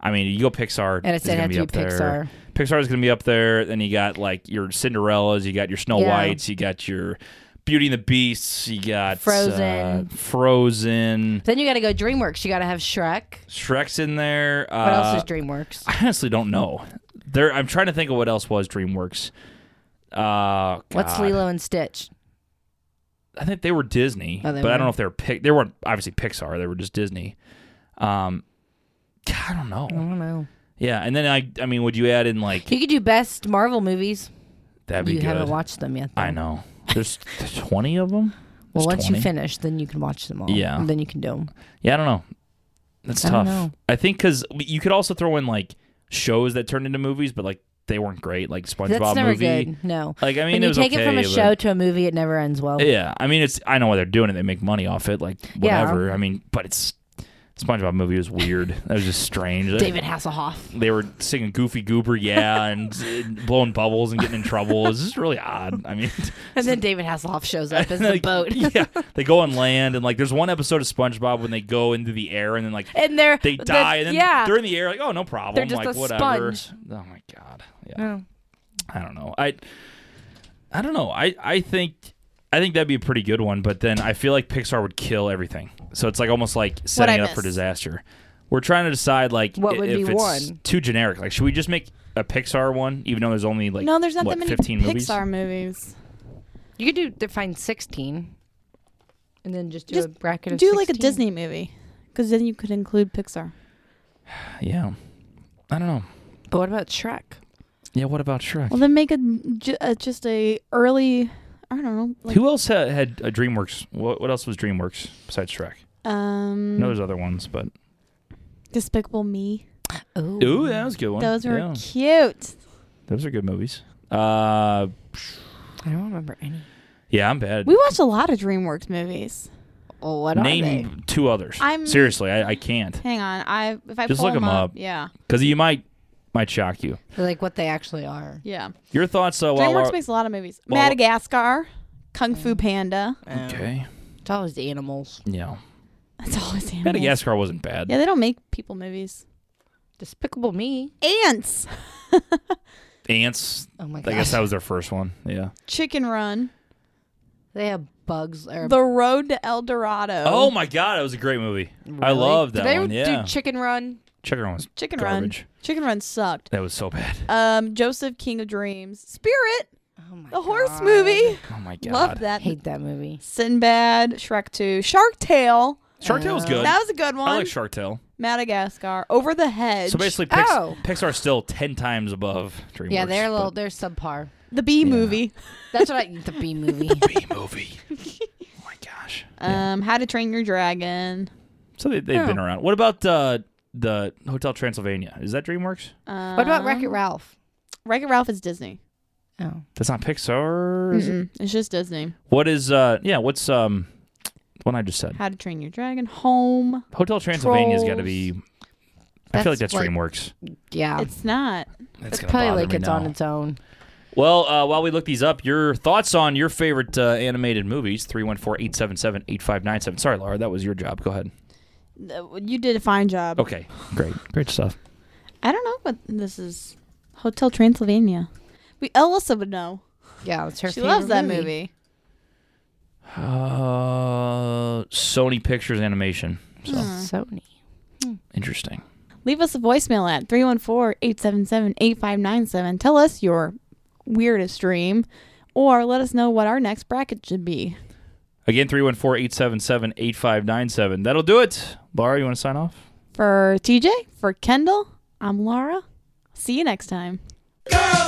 S2: I mean, you go Pixar,
S3: And it's-
S2: is
S3: it
S2: gonna
S3: had
S2: be
S3: to
S2: up
S3: be
S2: there. Pixar is going to be up there. Then you got like your Cinderellas, you got your Snow
S3: Yeah.
S2: Whites, you got your Beauty and the Beasts, you got
S3: Frozen.
S2: uh, Frozen,
S3: then you got to go DreamWorks. You got to have Shrek.
S2: Shrek's in there. Uh,
S3: What else is DreamWorks?
S2: I honestly don't know. There, I'm trying to think of what else was DreamWorks. Uh,
S3: What's
S2: God.
S3: Lilo and Stitch?
S2: I think they were Disney,
S3: Oh, they
S2: but I
S3: were.
S2: don't know if they were pic- they weren't obviously Pixar. They were just Disney. Um, I don't know.
S3: I don't know.
S2: Yeah, and then I, I mean, would you add in like
S3: You could do best Marvel movies.
S2: that'd be
S3: you
S2: good?
S3: haven't watched them yet. though.
S2: I know. There's there's 20 of them. There's
S3: Well, once
S2: 20?
S3: you finish, then you can watch them all.
S2: Yeah.
S3: And then you can do them.
S2: Yeah, I don't know. That's
S3: I
S2: tough.
S3: don't know.
S2: I think because you could also throw in like shows that turned into movies, but like they weren't great, like SpongeBob
S3: That's never
S2: movie.
S3: good. No.
S2: Like I mean,
S3: when
S2: it
S3: you
S2: was
S3: take
S2: okay,
S3: it from a
S2: but-
S3: show to a movie, it never ends well.
S2: Yeah, I mean, it's I know why they're doing it. They make money off it, like
S3: Yeah.
S2: whatever. I mean, but it's SpongeBob movie was weird. that was just strange.
S3: David Hasselhoff.
S2: They were singing Goofy Goober, yeah, and uh, blowing bubbles and getting in trouble. It's just really odd. I mean,
S3: And then David Hasselhoff shows up as the
S2: like,
S3: boat.
S2: yeah, they go on land, and like there's one episode of SpongeBob when they go into the air, and then like
S3: And they're
S2: they
S3: the-
S2: die, and then
S3: yeah.
S2: they're in the air, like oh no problem,
S3: They're just
S2: like
S3: a
S2: whatever.
S3: sponge.
S2: Oh my god, yeah.
S3: Oh.
S2: I don't know. I I don't know. I I think I think that'd be a pretty good one, but then I feel like Pixar would kill everything. So it's like almost like setting
S1: I
S2: it up for
S1: miss?
S2: disaster. We're trying to decide like
S3: What
S2: i-
S3: would
S2: if
S3: be
S2: it's
S3: one?
S2: too generic. Like should we just make a Pixar one even though there's only like
S1: no, there's not
S2: what,
S1: that many
S2: 15 movies?
S1: Pixar movies.
S3: You could do define sixteen, and then just do
S1: Just
S3: a bracket of
S1: Do like a
S3: 16.
S1: Disney movie, because then you could include Pixar.
S2: Yeah. I don't know.
S3: But what about Shrek?
S2: Yeah, what about Shrek?
S1: Well, then make a, ju- uh, just a early. I don't know. Like,
S2: Who else had, had a DreamWorks? What, what else was DreamWorks besides Shrek?
S1: Um,
S2: No, there's other ones, but
S1: Despicable Me.
S3: Oh,
S2: ooh, that was a good one.
S1: Those were
S2: Yeah.
S1: cute.
S2: those are good movies. Uh,
S3: I don't remember any.
S2: yeah, I'm bad.
S1: We watched a lot of DreamWorks movies.
S3: What
S2: Name two others.
S1: I'm-
S2: Seriously, I, I can't
S1: Hang on, I if I
S2: Just
S1: pull
S2: look 'em up.
S1: Yeah,
S2: because you might might shock you.
S4: like what they actually are.
S1: yeah.
S2: Your thoughts, uh, while
S1: DreamWorks
S2: we're,
S1: makes a lot of movies.
S2: Well-
S1: Madagascar, Kung Fu Panda.
S2: okay,
S4: It's always the Um, animals.
S2: yeah,
S1: That's always animals.
S2: Madagascar wasn't bad.
S1: Yeah, they don't make people movies.
S4: Despicable Me.
S1: Ants,
S2: Ants,
S4: Oh my
S2: I
S4: gosh.
S2: guess that was their first one. Yeah.
S1: Chicken Run,
S4: They have bugs. Or
S1: The Road to El Dorado.
S2: Oh my god, that was a great movie. I love that
S3: Did they
S2: one. Yeah.
S3: do Chicken Run?
S2: Chicken Run was
S1: Chicken
S2: garbage.
S1: Run. Chicken Run sucked.
S2: that was so bad.
S1: Um, Joseph King of Dreams, Spirit,
S4: oh my
S1: the horse
S4: God.
S1: movie.
S2: Oh my god.
S1: Love that.
S4: Hate that movie.
S1: Sinbad, Shrek Two, Shark Tale.
S2: Shark Tale was good.
S1: That was a good one.
S2: I like Shark Tale.
S1: Madagascar, Over the Hedge.
S2: So basically, Pix-
S4: Oh.
S2: Pixar's still ten times above DreamWorks.
S4: Yeah, they're a little.
S2: but-
S4: They're subpar.
S1: the Bee Movie.
S4: That's what I. The B movie.
S2: B movie. oh my gosh. Yeah.
S1: Um, How to Train Your Dragon.
S2: So they, they've
S4: Oh.
S2: been around. What about uh, the Hotel Transylvania? Is that DreamWorks?
S1: Um,
S4: What about Wreck It Ralph?
S1: Wreck It Ralph is Disney.
S4: Oh,
S2: That's not Pixar. is it?
S1: Mm-mm, it's just Disney.
S2: What is? Uh, yeah. What's um, the one I just said?
S1: How to Train Your Dragon. Home.
S2: Hotel Transylvania's got to be. I feel like
S4: That's
S2: that's
S4: like-
S2: DreamWorks.
S4: yeah. It's,
S1: It's not.
S2: That's
S4: probably like it's on its own.
S2: Well, uh, while we look these up, your thoughts on your favorite uh, animated movies 314 877 8597. Sorry, Laura, that was your job. Go ahead.
S1: Uh, You did a fine job.
S2: Okay, great. Great stuff.
S1: I don't know what this is. Hotel Transylvania. We Elsa would know.
S4: Yeah, it's her.
S1: she
S4: favorite
S1: loves that movie.
S2: Uh, Sony Pictures Animation. So
S4: Sony.
S2: interesting.
S1: Leave us a voicemail at 314-877-8597. Tell us your weirdest dream or let us know what our next bracket should be.
S2: Again, 314 877 8597. That'll do it. Laura, you want to sign off?
S1: For TJ, for Kendall, I'm Laura. See you next time.
S5: Girls